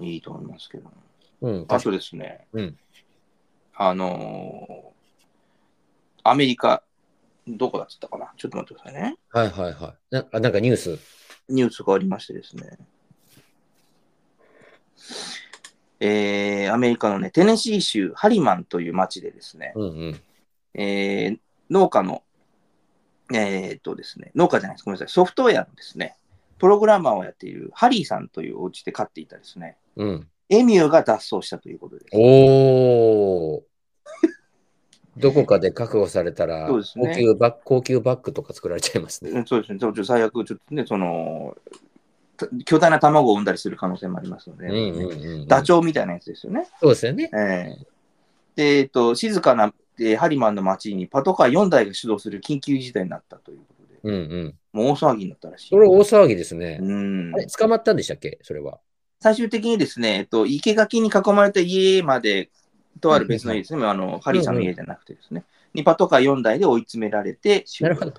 Speaker 3: うん。いいと思いますけど。
Speaker 1: うん。
Speaker 3: あとですね、
Speaker 1: うん
Speaker 3: あのーアメリカ、どこだっつったかな、ちょっと待ってくださいね。
Speaker 1: はいはいはい。なあなんかニュース。
Speaker 3: ニュースがありましてですね、えーアメリカのね、テネシー州ハリマンという町でですね、
Speaker 1: うんうん。
Speaker 3: えー農家の、えーっとですね、農家じゃないです、ごめんなさい、ソフトウェアのですね、プログラマーをやっているハリーさんというお家で飼っていたですね、
Speaker 1: うん。
Speaker 3: エミューが脱走したということです。
Speaker 1: おー。どこかで確保されたら、
Speaker 3: そうですね
Speaker 1: 高級バッグ高級バッグとか作られちゃいますね。
Speaker 3: うんそうですね、ちょっと最悪、ちょっとね、その、た巨大な卵を産んだりする可能性もありますので、
Speaker 1: うんうんうん。
Speaker 3: ダチョウみたいなやつですよね。
Speaker 1: そうですよね。
Speaker 3: ええで、えっと、静かな、えーハリマンの街にパトカー4台が出動する緊急事態になったということで、
Speaker 1: うんうん。
Speaker 3: もう大騒ぎになったらしい。
Speaker 1: それ大騒ぎですね。
Speaker 3: うん
Speaker 1: あれ、捕まったんでしたっけそれは。
Speaker 3: 最終的にですね、えっと、生垣に囲まれた家まで、とある別の家ですね、あのハリーさんの家じゃなくてですね、にパトカー4台で追い詰められて、
Speaker 1: なるほど。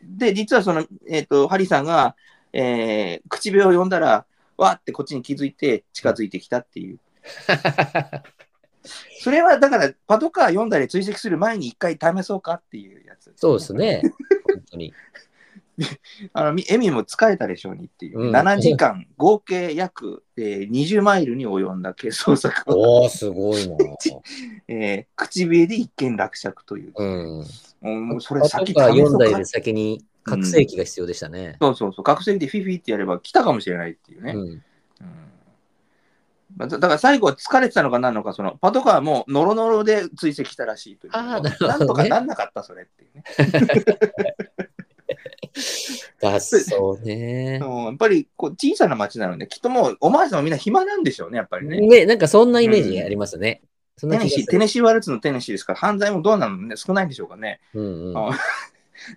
Speaker 3: で、実はその、えっとハリーさんが、えー、口笛を呼んだら、わーってこっちに気づいて近づいてきたっていう。それはだから、パトカー4台で追跡する前に一回試そうかっていうやつ。
Speaker 1: そうですね。本当に。
Speaker 3: あのみエミも疲れたでしょうにっていう、
Speaker 1: うん
Speaker 3: 7時間、合計約、えー、20マイルに及んだ軽捜索を、
Speaker 1: おー、すごいな。
Speaker 3: えー、口笛で一件落着という。
Speaker 1: うん。
Speaker 3: うんもうそれ
Speaker 1: パト
Speaker 3: 先
Speaker 1: カー
Speaker 3: 試そ
Speaker 1: 4
Speaker 3: うか
Speaker 1: 台で先に覚醒器が必要でしたね。
Speaker 3: そうそうそう、学生でフィフィってやれば来たかもしれないっていう
Speaker 1: う
Speaker 3: ね。
Speaker 1: ん。
Speaker 3: うんまあだだから最後は疲れてたのか何なのか、そのパトカーもノロノロで追跡したらしいという。
Speaker 1: あーなるほどね
Speaker 3: なんとかなんなかった、それっていうね。
Speaker 1: だそうね
Speaker 3: う。んやっぱりこう小さな町なので、きっともうお前さんはみんな暇なんでしょうね、やっぱりね。
Speaker 1: ね、なんかそんなイメージありますね。そんな気
Speaker 3: テネ
Speaker 1: が
Speaker 3: シー、
Speaker 1: す
Speaker 3: テ
Speaker 1: る。
Speaker 3: ネシーワルツのテネシーですから、犯罪もどうなのね、少ないんでしょうかね。
Speaker 1: うんうん
Speaker 3: あ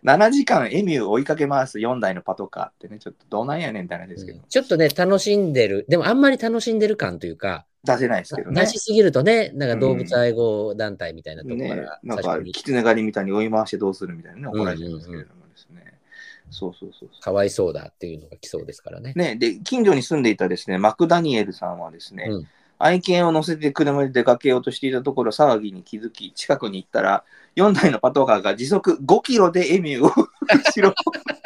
Speaker 3: 7時間エミュー追いかけ回す4台のパトカーってね、ちょっとどうなんやねんって話ですけど、
Speaker 1: ちょっとね、楽しんでる。でもあんまり楽しんでる感というか、
Speaker 3: 出せないですけどね
Speaker 1: 出。しすぎるとね、なんか動物愛護団体みたいなところか
Speaker 3: ね
Speaker 1: ら、
Speaker 3: なん
Speaker 1: 最
Speaker 3: か
Speaker 1: 初に
Speaker 3: キツネ狩りみたいに追い回してどうするみたいなね、怒られちゃいますけれどもですね。そうそうそうそ
Speaker 1: かわいそうだっていうのが来そうですからね
Speaker 3: う。。ね、で、近所に住んでいたですね、マクダニエルさんはですね、
Speaker 1: うん
Speaker 3: 愛犬を乗せて車で出かけようとしていたところ、騒ぎに気づき、近くに行ったら、4台のパトカーが時速5キロでエミューを後ろ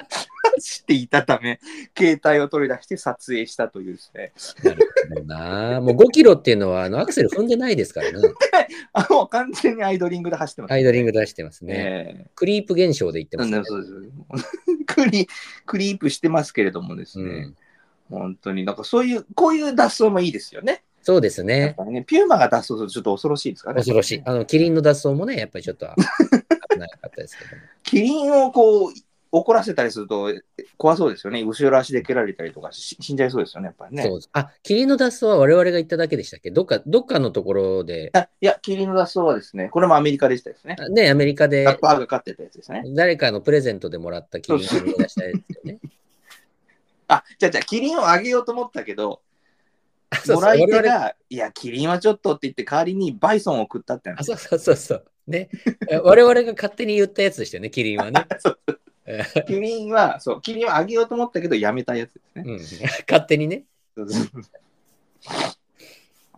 Speaker 3: 走っていたため、携帯を取り出して撮影したというですね、
Speaker 1: なるほどな。もう5キロっていうのはあのアクセル踏んでないです からね。
Speaker 3: あもう完全にアイドリングで走ってます、
Speaker 1: アイドリング出してますね。
Speaker 3: ね。
Speaker 1: クリープ現象で言ってますね。
Speaker 3: そうですそうです クリクリープしてますけれどもです
Speaker 1: う
Speaker 3: ね、
Speaker 1: ん
Speaker 3: 本当になんかそういう、こういう脱走もいいですよね。
Speaker 1: そうです
Speaker 3: やっ
Speaker 1: ね。
Speaker 3: ぱりね、ピューマが脱走するとちょっと恐ろしいですからね。
Speaker 1: 恐ろしい。あの、キリンの脱走もね、やっぱりちょっとあ危なかったですけども。
Speaker 3: キリンをこう怒らせたりするとえ怖そうですよね。後ろ足で蹴られたりとかし死んじゃいそうですよね、やっぱりね
Speaker 1: そ。うあ、キリンの脱走は我々が言っただけでしたっけどっか、どっかのところで、
Speaker 3: あいや、キリンの脱走はですね、これもアメリカでしたですね。
Speaker 1: ね、アメリカで
Speaker 3: ラッパーが飼ってたやつですね。
Speaker 1: 誰かのプレゼントでもらったキリンを生み出したやつですよ ね。
Speaker 3: あ、じゃあじゃあキリンをあげようと思ったけど、
Speaker 1: あそう
Speaker 3: も
Speaker 1: そ
Speaker 3: ら
Speaker 1: う
Speaker 3: い手
Speaker 1: 我々
Speaker 3: が、いや、キリンはちょっとって言って、代わりにバイソンを送ったって
Speaker 1: あ
Speaker 3: 話。
Speaker 1: そうそうそうそう。ね。我々が勝手に言ったやつでしたよね、キリンは ね。
Speaker 3: キリンは、そう、キリンはあげようと思ったけど、やめたやつですね。
Speaker 1: うん、勝手にね。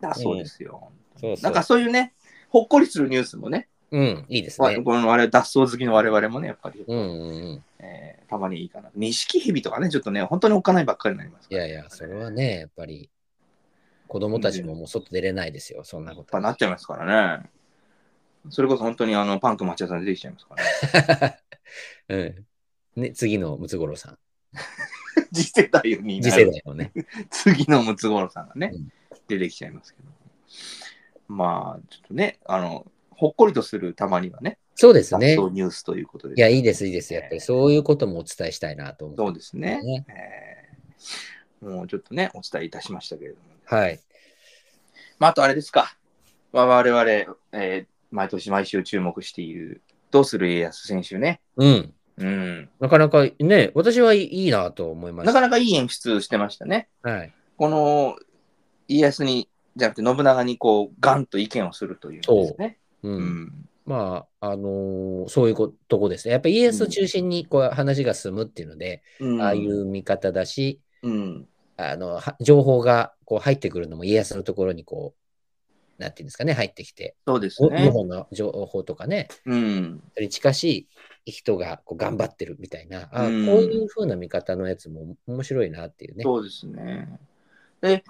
Speaker 3: だ そうですよ。
Speaker 1: そうそう
Speaker 3: なんかそういうね、ほっこりするニュースもね、
Speaker 1: うん、いいです
Speaker 3: わ
Speaker 1: ね。
Speaker 3: この我々脱走好きの我々もね、やっぱり、
Speaker 1: うんうんうん。
Speaker 3: えーたまにいいかな。錦蛇とかね、ちょっとね、本当におっかないばっかりになります
Speaker 1: い
Speaker 3: から
Speaker 1: やいや、それはね、やっぱり、子供たちももう外出れないですよ、そんな
Speaker 3: や
Speaker 1: こ
Speaker 3: っ
Speaker 1: と
Speaker 3: ぱ。なっちゃいますからね。それこそ本当にあのパンク町屋さん出てきちゃいますから ね。
Speaker 1: うん。ね、次のムツゴロウさん。
Speaker 3: 次世代を担う
Speaker 1: 次世代のね。
Speaker 3: 次のムツゴロウさんがね、
Speaker 1: うん
Speaker 3: 出てきちゃいますけど。まあ、ちょっとね、あの、ほっこりとするたまにはね、
Speaker 1: そうです
Speaker 3: 脱
Speaker 1: ね。
Speaker 3: 走ニュースということで。
Speaker 1: いや、いいです、いいです。やっぱりそういうこともお伝えしたいなと思
Speaker 3: そう
Speaker 1: って。
Speaker 3: ですね。えーもうちょっとね、お伝えいたしましたけれども。
Speaker 1: はい。
Speaker 3: まあ、あとあれですか。まあ我々、えー毎年毎週注目している、どうする家康選手ね。
Speaker 1: うん。
Speaker 3: うん。
Speaker 1: なかなかね、私はいいいなと思いま
Speaker 3: な
Speaker 1: し
Speaker 3: かなかいい演出してましたね。
Speaker 1: た。はい。
Speaker 3: この、家康に、じゃなくて信長にこう、ガンと意見をするという
Speaker 1: そうん
Speaker 3: ですね。
Speaker 1: う。
Speaker 3: うんん。
Speaker 1: まあ、あのーそういうことこですね。やっぱり家康を中心にこう話が進むっていうので、
Speaker 3: うん
Speaker 1: ああい。う見方だし、
Speaker 3: うん。
Speaker 1: あのは情報がこう入ってくるのも家康のところにこう、なんていうんですかね、入ってきて、
Speaker 3: そうです
Speaker 1: お日
Speaker 3: ね。
Speaker 1: 本の情報とかね、
Speaker 3: うん。
Speaker 1: それに近しい人がこう頑張ってるみたいな、あ
Speaker 3: うん
Speaker 1: こういうふうな見方のやつも面白いなっていうね。
Speaker 3: そうですね。で、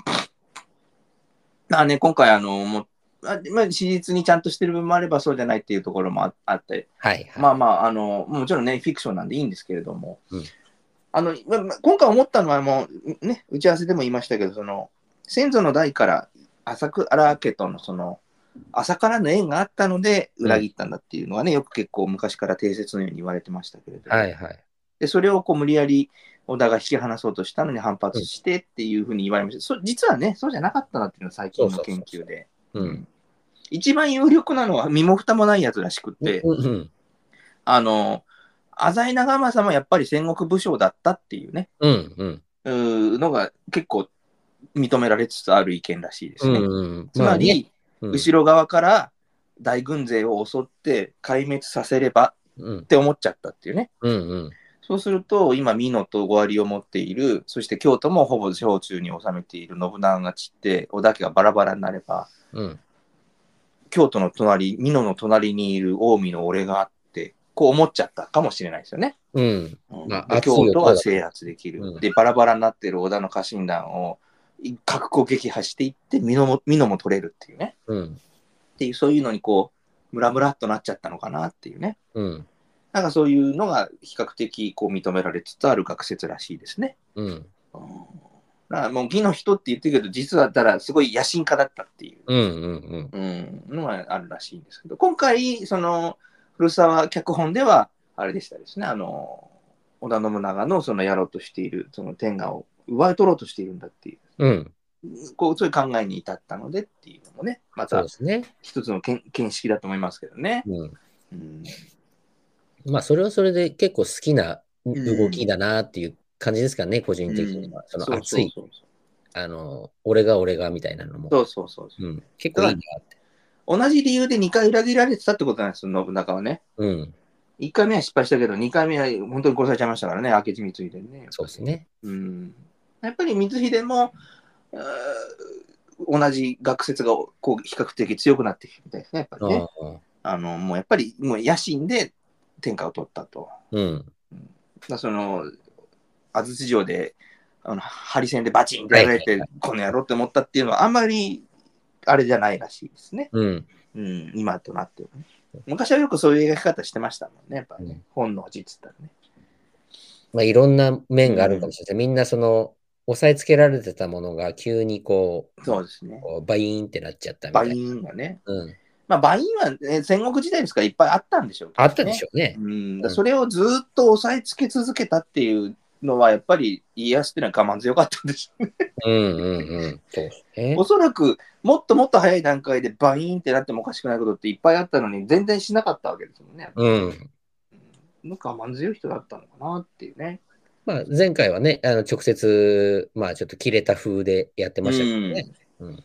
Speaker 3: まあね、今回あの、もう、あまあ、史実にちゃんとしてる部分もあればそうじゃないっていうところもああって、
Speaker 1: はいはい。
Speaker 3: まあまあ、あの、もちろんね、フィクションなんでいいんですけれども、
Speaker 1: うん
Speaker 3: あの、まま今回思ったのはもう、ね、打ち合わせでも言いましたけど、その、先祖の代から浅く荒家とのその、朝からの縁があったので裏切ったんだっていうのはね、よく結構昔から定説のように言われてましたけれども、
Speaker 1: はいはい。
Speaker 3: で、それをこう無理やり小田が引き離そうとしたのに反発してっていうふうに言われました。そ実はね、そうじゃなかったなっていうのは最近の研究で。
Speaker 1: うん。
Speaker 3: 一番有力なのは身も蓋もないやつらしくって、
Speaker 1: うんうん
Speaker 3: あの、浅井長政もやっぱり戦国武将だったっていうね、
Speaker 1: うんうん
Speaker 3: うーのが結構認められつつある意見らしいです
Speaker 1: うん
Speaker 3: ね。
Speaker 1: うん。
Speaker 3: つまり、
Speaker 1: まあね、
Speaker 3: 後ろ側から大軍勢を襲って壊滅させれば
Speaker 1: うんうん
Speaker 3: って思っちゃったっていうね。
Speaker 1: うんうん。
Speaker 3: そうすると、今、美濃と5割を持っている、そして京都もほぼ小中に収めている信長が散って、織田家がバラバラになれば、
Speaker 1: うん
Speaker 3: 京都の隣、美濃の隣にいる近江の俺があって、こう思っちゃったかもしれないですよね。
Speaker 1: うん
Speaker 3: うん
Speaker 1: まあ
Speaker 3: で
Speaker 1: 熱い
Speaker 3: 京都
Speaker 1: 男
Speaker 3: は
Speaker 1: だ
Speaker 3: 制圧できる。
Speaker 1: うん
Speaker 3: で、バラバラになっている織田の家臣団を、い各個撃破していって、美濃も美濃も取れるっていうね。
Speaker 1: うん
Speaker 3: っていう、そういうのにこう、ムラムラっとなっちゃったのかなっていうね。
Speaker 1: うん
Speaker 3: なんかそういうのが比較的こう認められつつある学説らしいですね。
Speaker 1: うん
Speaker 3: うんだからもう義の人って言ってるけど、実はだからすごい野心家だったっていう、
Speaker 1: うんうん
Speaker 3: うん、のがあるらしいんですけど、今回、その古澤脚本では、あれでしたですね、あの、織田信長のそのやろうとしている、その天下を奪い取ろうとしているんだってい
Speaker 1: うん。
Speaker 3: う、こうそういう考えに至ったのでっていうのもね、ま
Speaker 1: そう
Speaker 3: た
Speaker 1: ですね。
Speaker 3: 一つの見見識だと思いますけどね。
Speaker 1: うん。
Speaker 3: うん、
Speaker 1: まあ、それはそれで結構好きなん動きだなっていう感じですかね、個人的には。その熱い、
Speaker 3: そう
Speaker 1: あの、俺が俺がみたいなのも。
Speaker 3: そうそうそうそうそう
Speaker 1: うん、結構いいなって。
Speaker 3: 同じ理由で2回裏切られてたってことなんですよ、信長はね。
Speaker 1: うん。
Speaker 3: 1回目は失敗したけど、2回目は本当に殺されちゃいましたからね、明智光秀にね。
Speaker 1: そうですね。
Speaker 3: うん、やっぱり光秀も、うー同じ学説がこう比較的強くなってきてみたいですね、やっぱりね。
Speaker 1: うん
Speaker 3: あのもうやっぱりもう野心で天下を取ったと。
Speaker 1: うん。
Speaker 3: だからその安土城であのハリセンでバチンってやられて、この野郎って思ったっていうのはあんまりあれじゃないらしいですね。
Speaker 1: うん。
Speaker 3: うん、今となってはね。昔はよくそういう描き方してましたもんね、やっぱり
Speaker 1: う
Speaker 3: ね。本能寺っつったらね。
Speaker 1: まあ、いろんな面があるかもしれない。みんなその、押さえつけられてたものが急にこう、
Speaker 3: そうですね。
Speaker 1: こうバイーンってなっちゃったみた
Speaker 3: バ
Speaker 1: い
Speaker 3: イ
Speaker 1: な。
Speaker 3: ンがね。
Speaker 1: うん。
Speaker 3: まあ、バインは、ね、戦国時代ですからいっぱいあったんでしょうけどね、
Speaker 1: あったでしょうね。
Speaker 3: うん、だからそれをずっと抑えつけ続けたっていうのは、やっぱり家康っていうのは我慢強かったんでしょうね。
Speaker 1: うんうんうん。そうですね
Speaker 3: お。そらく、もっともっと早い段階でバイーンってなってもおかしくないことっていっぱいあったのに、全然しなかったわけですもんね。
Speaker 1: うん。
Speaker 3: なんか我慢強い人だったのかなっていうね。
Speaker 1: まあ、前回はね、あの直接、まあ、ちょっと切れた風でやってましたけどね。うん。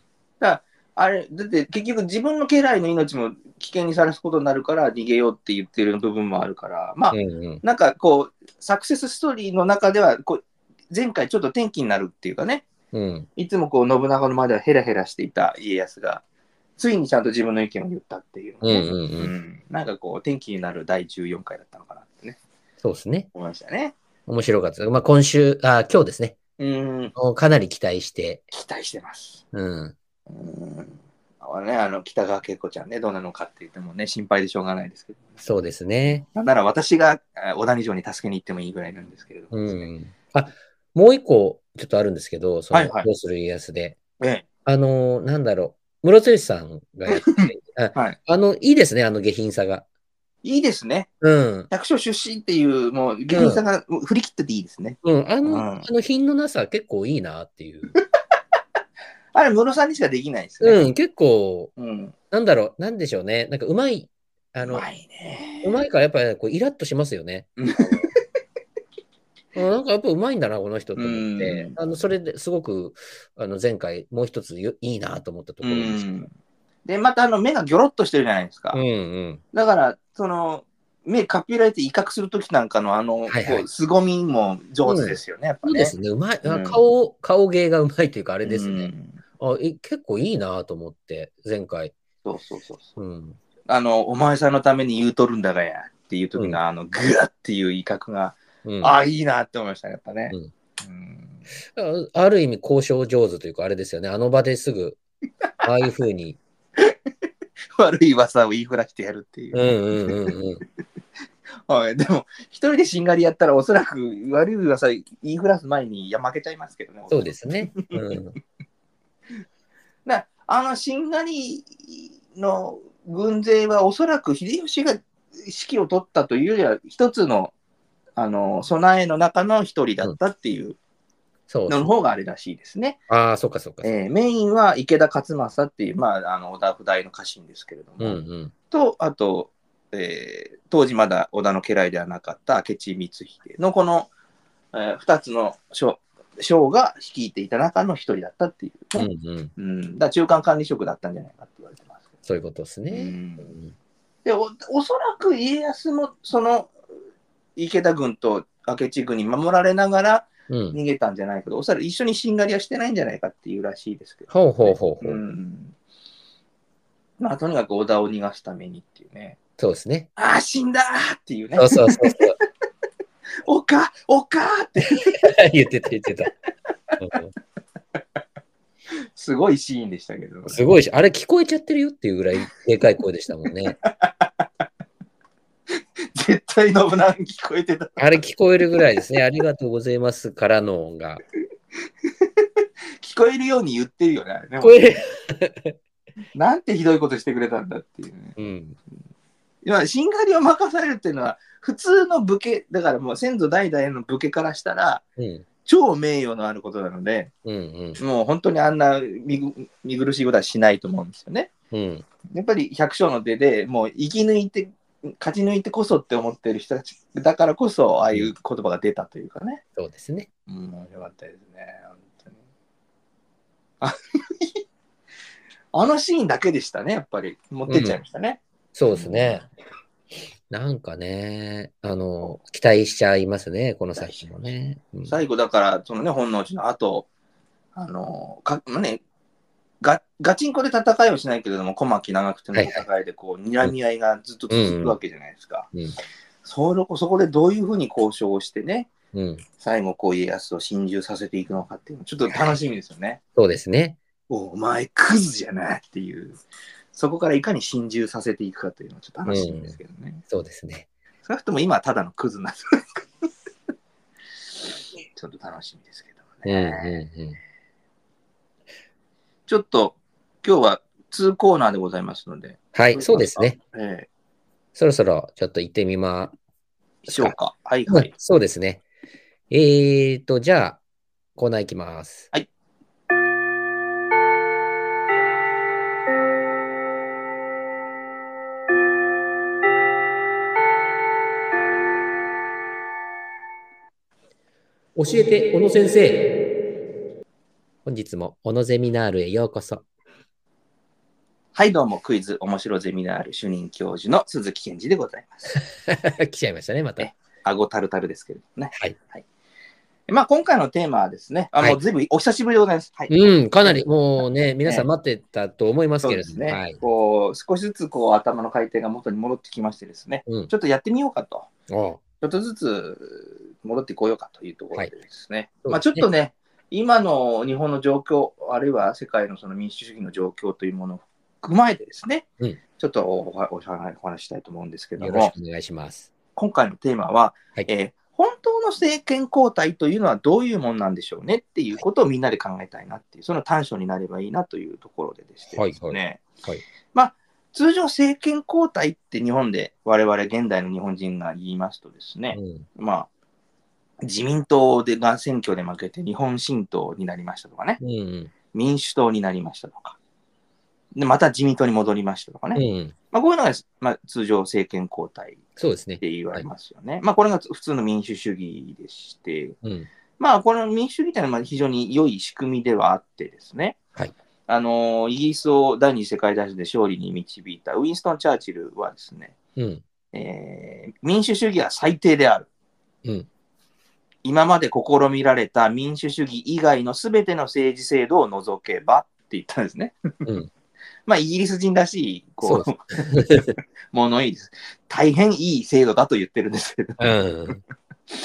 Speaker 3: あれ、だって結局自分の家来の命も危険にさらすことになるから逃げようって言ってる部分もあるから、まあ、
Speaker 1: うんうん。
Speaker 3: なんかこう、サクセスストーリーの中ではこう、前回ちょっと転機になるっていうかね、
Speaker 1: うん。
Speaker 3: いつもこう信長の前ではヘラヘラしていた家康が、ついにちゃんと自分の意見を言ったっていう、
Speaker 1: うんうんうん
Speaker 3: んなんかこう、天気になる第14回だったのかなってね、
Speaker 1: そうですね。
Speaker 3: 思いましたね。
Speaker 1: 面白かった。まあ、今週、あ、今日ですね。
Speaker 3: うん、
Speaker 1: かなり期待して、
Speaker 3: 期待してます。
Speaker 1: うん。
Speaker 3: うんあのね、あの北川景子ちゃんね、どうなのかって言ってもね、心配でしょうがないですけど、
Speaker 1: そうですね。
Speaker 3: なんなら私があ小谷城に助けに行ってもいいぐらいなんですけれども、
Speaker 1: うん。あ、もう一個、ちょっとあるんですけど、その、
Speaker 3: はいはい
Speaker 1: どうする家康で。
Speaker 3: え
Speaker 1: あのーなんだろう。室剛さんがやって てあ
Speaker 3: はい
Speaker 1: あの、いいですね、あの下品さが。
Speaker 3: いいですね、
Speaker 1: うん。
Speaker 3: 百姓出身っていう、もう、芸人さんがもう振り切ってていいですね。
Speaker 1: うん、あの、
Speaker 3: うん
Speaker 1: あの品のなさ結構いいなっていう。
Speaker 3: あれ、室さんにしかできないですね。
Speaker 1: うん、結構、
Speaker 3: うん、
Speaker 1: なんだろう、なんでしょうね。なんかうまい、あ
Speaker 3: う
Speaker 1: の、
Speaker 3: まいね。
Speaker 1: うまいからやっぱりこうイラッとしますよね。
Speaker 3: うん
Speaker 1: うんなんかやっぱうまいんだな、この人と思って。
Speaker 3: うん
Speaker 1: あのそれですごくあの前回、もう一つよいいなと思ったところです。
Speaker 3: で、またあの目がギョロッとしてるじゃないですか。
Speaker 1: うんうん。
Speaker 3: だから、その、目かっぴられて威嚇するときなんかのあの、
Speaker 1: はいはい
Speaker 3: こう凄みも上手ですよね、やっぱ
Speaker 1: そう
Speaker 3: ね。
Speaker 1: ですね、うまい。あ
Speaker 3: うん
Speaker 1: 顔、顔芸がうまいというか、あれです
Speaker 3: う
Speaker 1: ね。
Speaker 3: ん
Speaker 1: あえ結構いいなと思って、前回。
Speaker 3: そうそうそうそう。
Speaker 1: うん。
Speaker 3: あの、お前さんのために言うとるんだがや、っていう時の、あの、グワっていう威嚇が、
Speaker 1: うん、
Speaker 3: あ
Speaker 1: あ
Speaker 3: あ、いいなって思いましたね、やっぱね。
Speaker 1: う
Speaker 3: うん
Speaker 1: ある意味、交渉上手というか、あれですよね。あの場ですぐ、ああいうふうに。
Speaker 3: 悪い噂を言いふらしてやるっていうう。
Speaker 1: んうんうんうん。
Speaker 3: はい、でも、一人でしんがりやったら、おそらく悪い噂言いふらす前に、いや、負けちゃいますけどね。
Speaker 1: そうですね。うん。
Speaker 3: なあのしんがりの軍勢はおそらく秀吉が指揮を取ったというよりは一つのあの備えの中の一人だったっていう
Speaker 1: そう
Speaker 3: のの方があれらしいですね。
Speaker 1: ああ、そうかそうか。
Speaker 3: えーメインは池田勝政っていう、まあ、あの織田不代の家臣ですけれども、
Speaker 1: うんうん。
Speaker 3: とあと、えー当時まだ織田の家来ではなかった明智光秀のこの、え2つの将将が率いていた中の一人だったっていう、
Speaker 1: うん
Speaker 3: ね
Speaker 1: うん。
Speaker 3: うんだから中間管理職だったんじゃないかって言われてます。
Speaker 1: そういうことです
Speaker 3: う
Speaker 1: ね。
Speaker 3: んでおおそらく家康もその池田軍と明智軍に守られながら
Speaker 1: うん。
Speaker 3: 逃げたんじゃないかと、おそらく一緒にしんがりはしてないんじゃないかっていうらしいですけど、
Speaker 1: ほうほうほうほ
Speaker 3: う
Speaker 1: う。
Speaker 3: んまあ、とにかく織田を逃がすためにっていうね、
Speaker 1: そうですね。
Speaker 3: ああ、死んだーっていうね
Speaker 1: そ、うそうそうそう。
Speaker 3: おか、おかーって、
Speaker 1: 言ってた言ってた。うん
Speaker 3: すごいシーンでしたけど、
Speaker 1: すごいし、あれ聞こえちゃってるよっていうぐらいでかい声でしたもんね。
Speaker 3: 絶対信長に聞こえてた。
Speaker 1: あれ聞こえるぐらいですね。ありがとうございますからの音が。
Speaker 3: 聞こえるように言ってるよね、あれね
Speaker 1: 聞こえる。
Speaker 3: なんてひどいことしてくれたんだっていうね。
Speaker 1: うん。
Speaker 3: 要はしんがりを任されるっていうのは普通の武家だからもう先祖代々の武家からしたら
Speaker 1: うん。
Speaker 3: 超名誉のあることなので
Speaker 1: うんうん。
Speaker 3: もう本当にあんな見ぐ見苦しいことはしないと思うんですよね。
Speaker 1: うん。
Speaker 3: やっぱり百姓の出でもう生き抜いて勝ち抜いてこそって思ってる人たちだからこそああいう言葉が出たというかね。
Speaker 1: そうですね。
Speaker 3: うん、面白かったですね。本当にああのシーンだけでしたね、やっぱり。持ってっちゃいましたね。
Speaker 1: そうですね。なんかね、あの、期待しちゃいますね、この作品もね。うん
Speaker 3: 最後だからそのね本能寺の後あのかねがガチンコで戦いはしないけれども小牧長久手の戦いでこう睨み合いがずっと続くわけじゃないですか、
Speaker 1: うんうん
Speaker 3: それそこでどういうふうに交渉をしてね
Speaker 1: うん、
Speaker 3: 最後こう家康を心中させていくのかっていうのちょっと楽しみですよね、
Speaker 1: そうですね。
Speaker 3: お前クズじゃないっていうそこからいかに心中させていくかというのはちょっと楽しみですけどね、
Speaker 1: そうですね。
Speaker 3: 少なくとも今はただのクズなんですけど ちょっと楽しみですけど
Speaker 1: うん
Speaker 3: ね、
Speaker 1: うんうん。
Speaker 3: ちょっと今日は2コーナーでございますので、
Speaker 1: はい、そうですね。
Speaker 3: え
Speaker 1: そろそろちょっと行ってみま
Speaker 3: ー、
Speaker 1: し
Speaker 3: し
Speaker 1: ょ
Speaker 3: ょ
Speaker 1: う
Speaker 3: うか。はい
Speaker 1: は
Speaker 3: はいい、。
Speaker 1: そうですね。えーと、じゃあ、コーナーいきます。
Speaker 3: はい。
Speaker 1: 教えて、小野先生。本日も小野ゼミナールへようこそ。
Speaker 3: はい、どうも、クイズ面白ゼミナール主任教授の鈴木健二でございます。
Speaker 1: 来ちゃいましたね、また。
Speaker 3: あごタルタルですけれどもね。
Speaker 1: はい。
Speaker 3: まあ、今回のテーマはですね、あ
Speaker 1: は
Speaker 3: も
Speaker 1: いう
Speaker 3: ずいぶんお久しぶりでございます。はい。
Speaker 1: うん、かなりもうね、皆さん待ってたと思います
Speaker 3: そう
Speaker 1: け
Speaker 3: で
Speaker 1: れ
Speaker 3: す
Speaker 1: ども、
Speaker 3: ね、
Speaker 1: はい。
Speaker 3: こう少しずつこう頭の回転が元に戻ってきましてですね、
Speaker 1: うん
Speaker 3: ちょっとやってみようかと、
Speaker 1: おう
Speaker 3: ちょっとずつ戻ってこようかというところでですね、
Speaker 1: はい
Speaker 3: まあ、ちょっとね、今の日本の状況、あるいは世界のその民主主義の状況というものを踏まえてですね、
Speaker 1: うん
Speaker 3: ちょっとおおお話お話ししたいと思うんですけど
Speaker 1: よろし
Speaker 3: も、
Speaker 1: くお願いします。
Speaker 3: 今回のテーマは、
Speaker 1: はい
Speaker 3: えー本当の政権交代というのはどういうもんなんでしょうねっていうことをみんなで考えたいなっていう、その短所になればいいなというところででしてですね、
Speaker 1: はいはいはい
Speaker 3: まあ、通常政権交代って日本で我々現代の日本人が言いますとですね、
Speaker 1: うん
Speaker 3: まあ、自民党でが選挙で負けて日本新党になりましたとかね、
Speaker 1: うんうん
Speaker 3: 民主党になりましたとか、でまた自民党に戻りましたとかね、
Speaker 1: うん、
Speaker 3: まあ、こういうのが、まあ、通常政権交代
Speaker 1: そうですね
Speaker 3: っ。て言われますよね。まあ、これが普通の民主主義でして、
Speaker 1: うん、
Speaker 3: まあ、この民主主義というのはまあ非常に良い仕組みではあってですね、
Speaker 1: はい
Speaker 3: あのイギリスを第二次世界大戦で勝利に導いたウィンストン・チャーチルはですね、
Speaker 1: うん、
Speaker 3: えー民主主義は最低である。
Speaker 1: うん
Speaker 3: 今まで試みられた民主主義以外のすべての政治制度を除けばって言ったんですね。
Speaker 1: うん
Speaker 3: まあ、イギリス人らしい、こ、
Speaker 1: そう
Speaker 3: 物言いです。大変いい制度だと言ってるんですけど。
Speaker 1: うん。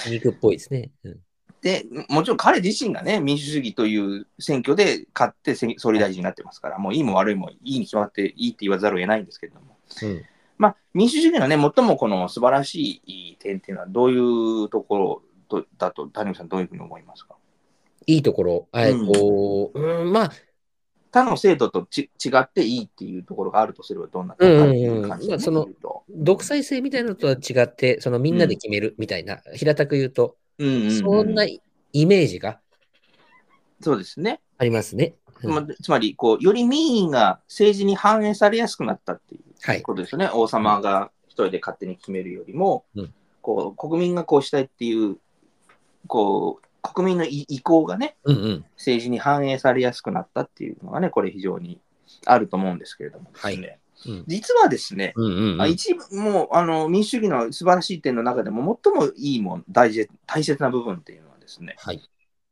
Speaker 1: 肉っぽいですね。うん
Speaker 3: で、もちろん彼自身がね、民主主義という選挙で勝ってせん総理大臣になってますから、もういいも悪いもいいに決まっていいって言わざるを得ないんですけれども。
Speaker 1: うん、
Speaker 3: まあ、民主主義のね、最もこの素晴らしい点っていうのは、どういうところとだと、谷口さん、どういうふうに思いますか
Speaker 1: いいところ、え
Speaker 3: うん
Speaker 1: ーこううん、まあ、
Speaker 3: 他の制度とち違っていいっていうところがあるとすれば、どんな
Speaker 1: うんうんうん
Speaker 3: っていう感じで
Speaker 1: まあその
Speaker 3: 言うと
Speaker 1: 独裁制みたいなのとは違って、そのみんなで決めるみたいな、平たく言うと、
Speaker 3: うんうんうん
Speaker 1: そんなイメージが
Speaker 3: そうですね。
Speaker 1: ありますね。うん
Speaker 3: まつまりこう、より民意が政治に反映されやすくなったってい
Speaker 1: は
Speaker 3: う
Speaker 1: い。
Speaker 3: ことですよね。王様が一人で勝手に決めるよりも、
Speaker 1: うん
Speaker 3: こう国民がこうしたいっていう、こう国民の意意向がね、
Speaker 1: うんうん。
Speaker 3: 政治に反映されやすくなったっていうのがね、これ非常にあると思うんですけれどもですね、
Speaker 1: うん
Speaker 3: 実はですね、
Speaker 1: うんうん
Speaker 3: あ
Speaker 1: うん。
Speaker 3: 一部もうあの民主主義の素晴らしい点の中でも最もいいもん大事大切な部分っていうのはですね
Speaker 1: はい。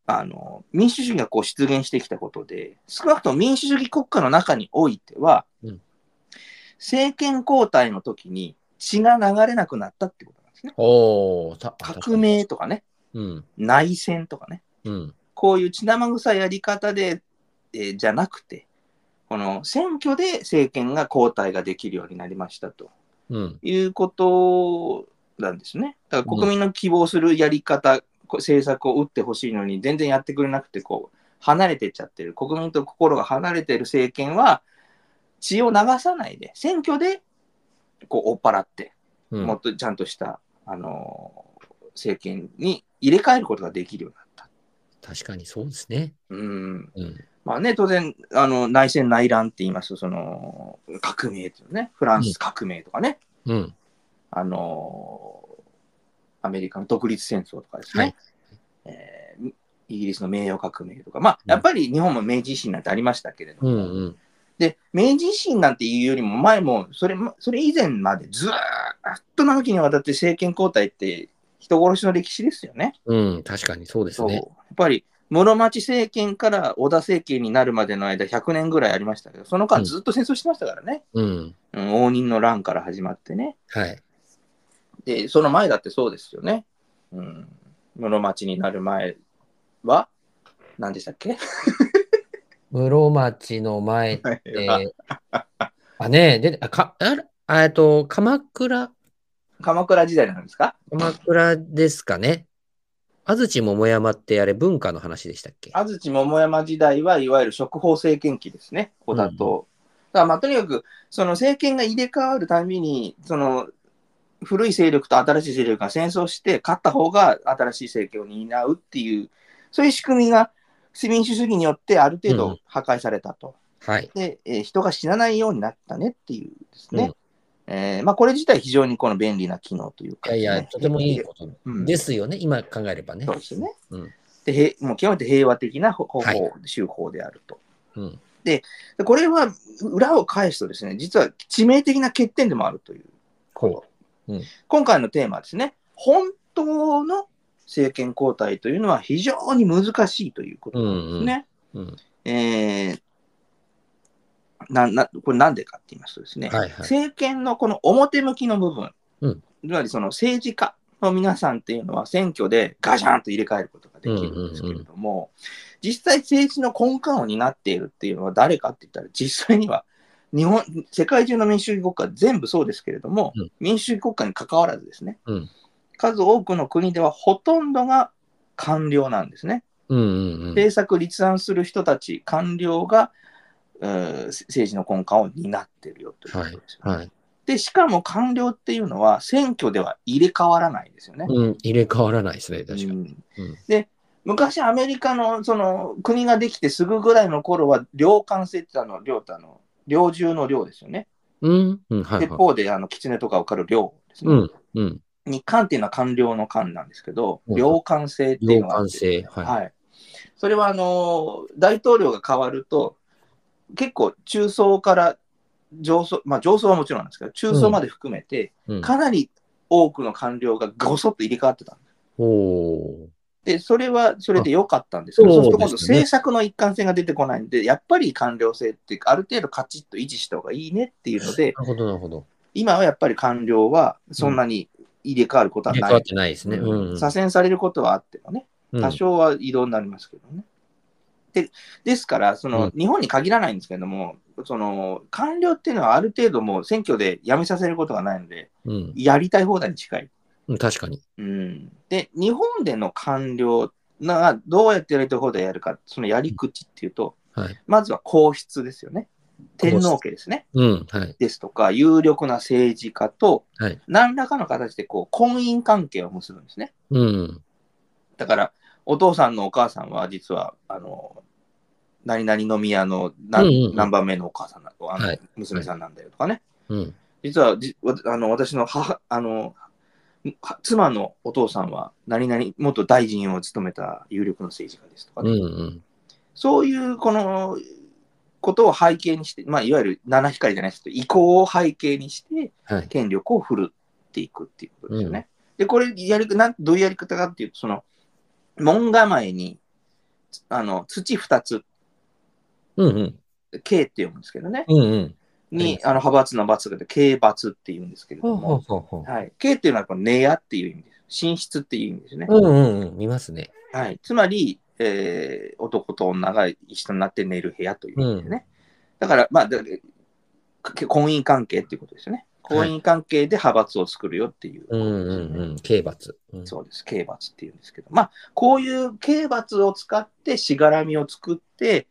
Speaker 3: あの民主主義がこう出現してきたことで少なくとも民主主義国家の中においては、
Speaker 1: うん
Speaker 3: 政権交代の時に血が流れなくなったってことなんですね
Speaker 1: おお、た
Speaker 3: 革。命とかね
Speaker 1: うん。
Speaker 3: 内戦とかね
Speaker 1: うん。
Speaker 3: こういう血生臭いやり方で、えーじゃなくて、この選挙で政権が交代ができるようになりましたと
Speaker 1: うん。
Speaker 3: いうことなんですね。だから国民の希望するやり方、こう政策を打ってほしいのに全然やってくれなくてこう離れてっちゃってる国民と心が離れてる政権は血を流さないで選挙でこう追っ払って
Speaker 1: うん
Speaker 3: もっとちゃんとした、あのー政権に入れ替えることができるようになった。
Speaker 1: 確かにそうですね。
Speaker 3: うん
Speaker 1: うん。
Speaker 3: まあね、当然、あの内戦内乱って言いますと、その革命っていうね、フランス革命とかね、
Speaker 1: うん。
Speaker 3: あのアメリカの独立戦争とかですね、えーイギリスの名誉革命とか、まあ、やっぱり日本も明治維新なんてありましたけれど
Speaker 1: う
Speaker 3: も、
Speaker 1: んうん。
Speaker 3: で、明治維新なんていうよりも前も、それもそれ以前までずーっと長きにわたって政権交代って人殺しの歴史ですよね。
Speaker 1: うん、確かにそうです
Speaker 3: そうや
Speaker 1: ね。
Speaker 3: っぱり室町政権から織田政権になるまでの間100年ぐらいありましたけど、その間ずっと戦争してましたからね。
Speaker 1: うん。
Speaker 3: うん、応仁の乱から始まってね。
Speaker 1: はい。
Speaker 3: で、その前だってそうですよね。うん、室町になる前は、何でしたっけ、
Speaker 1: 室町の前って、
Speaker 3: あ
Speaker 1: あ、ねえ、で、あ、か、あれあえっと、鎌倉、
Speaker 3: 鎌倉時代なんですか
Speaker 1: 鎌倉ですかね。安土桃山ってあれ文化の話でしたっけ
Speaker 3: 安土桃山時代はいわゆる食法政権期ですね、織田と。だからまあとにかく、その政権が入れ替わるたびに、その古い勢力と新しい勢力が戦争して、勝った方が新しい政権を担うっていう、そういう仕組みが民主主義によってある程
Speaker 1: う
Speaker 3: 度
Speaker 1: ん
Speaker 3: 破壊されたと。
Speaker 1: はい。
Speaker 3: で、えー人が死なないようになったねっていうですね。えーまあ、これ自体非常にこの便利な機能という
Speaker 1: い
Speaker 3: か
Speaker 1: や
Speaker 3: です
Speaker 1: いや、と
Speaker 3: ね、
Speaker 1: てもいいこと
Speaker 3: うん
Speaker 1: ですよね、今考えればね
Speaker 3: そう。ですよね。
Speaker 1: うん
Speaker 3: でへいもう極めて平和的な方法、
Speaker 1: はい
Speaker 3: 手法であると。
Speaker 1: うん。
Speaker 3: でこれは裏を返すとですね、実は致命的な欠点でもあるという、
Speaker 1: こ
Speaker 3: 今回のテーマはですね、本当の政権交代というのは非常に難しいということなんですね。
Speaker 1: う。うん。
Speaker 3: えーななこれなんでかって言いますとですね、
Speaker 1: はいはい。
Speaker 3: 政権のこの表向きの部分、
Speaker 1: うん
Speaker 3: つまりその政治家の皆さんっていうのは選挙でガシャンと入れ替えることができるんですけれども、実際政治の根幹を担っているっていうのは誰かって言ったら実際には日本世界中の民主主義国家全部そうですけれども、
Speaker 1: うん
Speaker 3: 民主主義国家に関わらずですね、
Speaker 1: うん
Speaker 3: 数多くの国ではほとんどが官僚なんですね。
Speaker 1: うんうんうん。
Speaker 3: 政策立案する人たち、官僚が、うー政治の根幹を担ってるよということですよね。
Speaker 1: はい。
Speaker 3: で、しかも官僚っていうのは選挙では入れ替わらないんですよね。
Speaker 1: うん、入れ替わらないですね、確か
Speaker 3: う
Speaker 1: に。
Speaker 3: ん
Speaker 1: うん
Speaker 3: で、昔アメリカのその国ができてすぐぐらいの頃は、領官制ってあの、領ってあの、領銃の領ですよね。
Speaker 1: うん、うん、はい
Speaker 3: 鉄
Speaker 1: はい。
Speaker 3: 砲であの狐とかを狩る領です
Speaker 1: う
Speaker 3: ね。
Speaker 1: ん、うん。
Speaker 3: 日官っていうのは官僚の官なんですけど、
Speaker 1: うん
Speaker 3: 領官制っていうのがあって
Speaker 1: 領官制はい
Speaker 3: はい。それはあのー、大統領が変わると、結構中層から上層、まあ上層はもちろんなんですけど、中層まで含めて、
Speaker 1: うん、
Speaker 3: かなり多くの官僚がごそっと入れ替わってたんです。
Speaker 1: おー
Speaker 3: で、それはそれで良かったんですけど、
Speaker 1: あ
Speaker 3: そうす
Speaker 1: そ
Speaker 3: ると今
Speaker 1: う
Speaker 3: 度
Speaker 1: ですね
Speaker 3: 政策の一貫性が出てこないんで、やっぱり官僚制ってある程度カチッと維持した方がいいねっていうので、
Speaker 1: なるほど、なるほど。
Speaker 3: 今はやっぱり官僚はそんなに入れ替わることは
Speaker 1: 入れ
Speaker 3: な
Speaker 1: 替わっ
Speaker 3: い。
Speaker 1: てないですね。うんうん。
Speaker 3: 左遷されることはあってもね、
Speaker 1: うん
Speaker 3: 多少は移動になりますけどね。でですから、その
Speaker 1: うん
Speaker 3: 日本に限らないんですけども、その官僚っていうのはある程度もう選挙で辞めさせることがないので、
Speaker 1: うん
Speaker 3: やりたい放題に近い。
Speaker 1: うん、確かに。
Speaker 3: うん、で、日本での官僚がどうやってやりたい放題やるか、そのやり口っていうと、
Speaker 1: はい。
Speaker 3: まずは皇室ですよね。天皇家ですね。
Speaker 1: うん、はい。
Speaker 3: ですとか、有力な政治家と
Speaker 1: はい、
Speaker 3: 何らかの形でこう婚姻関係を結ぶんですね。
Speaker 1: うん。
Speaker 3: だから、お父さんのお母さんは、実は、あの、何々の宮の何,、
Speaker 1: うんうんうん
Speaker 3: 何番目のお母さんなあの、
Speaker 1: はい
Speaker 3: 娘さんなんだよとかね。
Speaker 1: うん。
Speaker 3: 実はじわあの私の母あのは妻のお父さんは何々元大臣を務めた有力の政治家ですとか
Speaker 1: うん、う
Speaker 3: ね、
Speaker 1: ん。
Speaker 3: そういうこのことを背景にして、まあ、いわゆる七光じゃないですけど意向を背景にして
Speaker 1: はい。
Speaker 3: 権力を振るっていくっていうことですよね。でこれやりなんどういうやり方かっていうとその門構えにあの土2つ
Speaker 1: うん、うん。
Speaker 3: K って読むんですけどね、
Speaker 1: うん、うん。
Speaker 3: にあの派閥の罰がで K 罰って言うんですけれども。
Speaker 1: うほうほ
Speaker 3: はい。K っていうのはやっぱ寝屋っていう意味です。寝室っていう意味ですね。
Speaker 1: う。うん、うん、うん。見ますね。
Speaker 3: はい。つまり、えー男と女が一緒になって寝る部屋という意味ですね。だから、まあ、だか婚姻関係っていうことですよね。婚姻関係で派閥を作るよっていうこ
Speaker 1: うん、
Speaker 3: とですよね、
Speaker 1: うん、うん。刑罰。うん
Speaker 3: そうです。刑罰っていうんですけど。まあ、こういう刑罰を使って、しがらみを作って、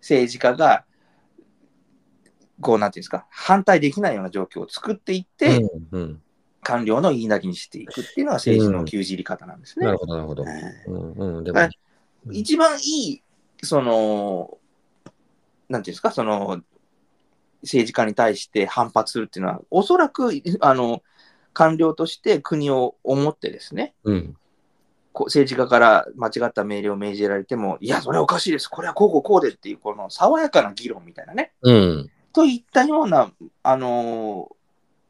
Speaker 3: 政治家が、こう、なんていうんですか、反対できないような状況を作っていって、
Speaker 1: うん、うん。
Speaker 3: 官僚の言いなりにしていくっていうのが政治の牛耳り方なんですね。
Speaker 1: なるほど、なるほど。
Speaker 3: え
Speaker 1: うん、うん。でも
Speaker 3: は
Speaker 1: ね
Speaker 3: い、ー一番いい、その、なんていうんですか、その、政治家に対して反発するっていうのは、おそらく、あの、官僚として国を思ってですね、
Speaker 1: うん。
Speaker 3: こう政治家から間違った命令を命じられても、いや、それはおかしいです、これはこうこうこうでっていう、この爽やかな議論みたいなね、
Speaker 1: うん。
Speaker 3: といったような、あのー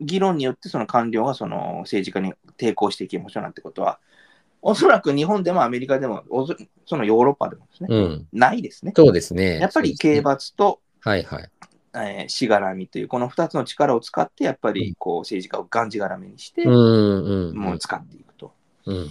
Speaker 3: 議論によって、その官僚がその政治家に抵抗していきましょうなんてことは、おそらく日本でもアメリカでも、おそそのヨーロッパでもですね、
Speaker 1: うん。
Speaker 3: ないですね。
Speaker 1: そうですね。
Speaker 3: やっぱり
Speaker 1: そうです
Speaker 3: 刑
Speaker 1: ね
Speaker 3: 罰と、
Speaker 1: はいはい。
Speaker 3: えーしがらみという、この2つの力を使って、やっぱりこう政治家をがんじがらめにして、
Speaker 1: うんうん。
Speaker 3: もう使っていくと。
Speaker 1: うん。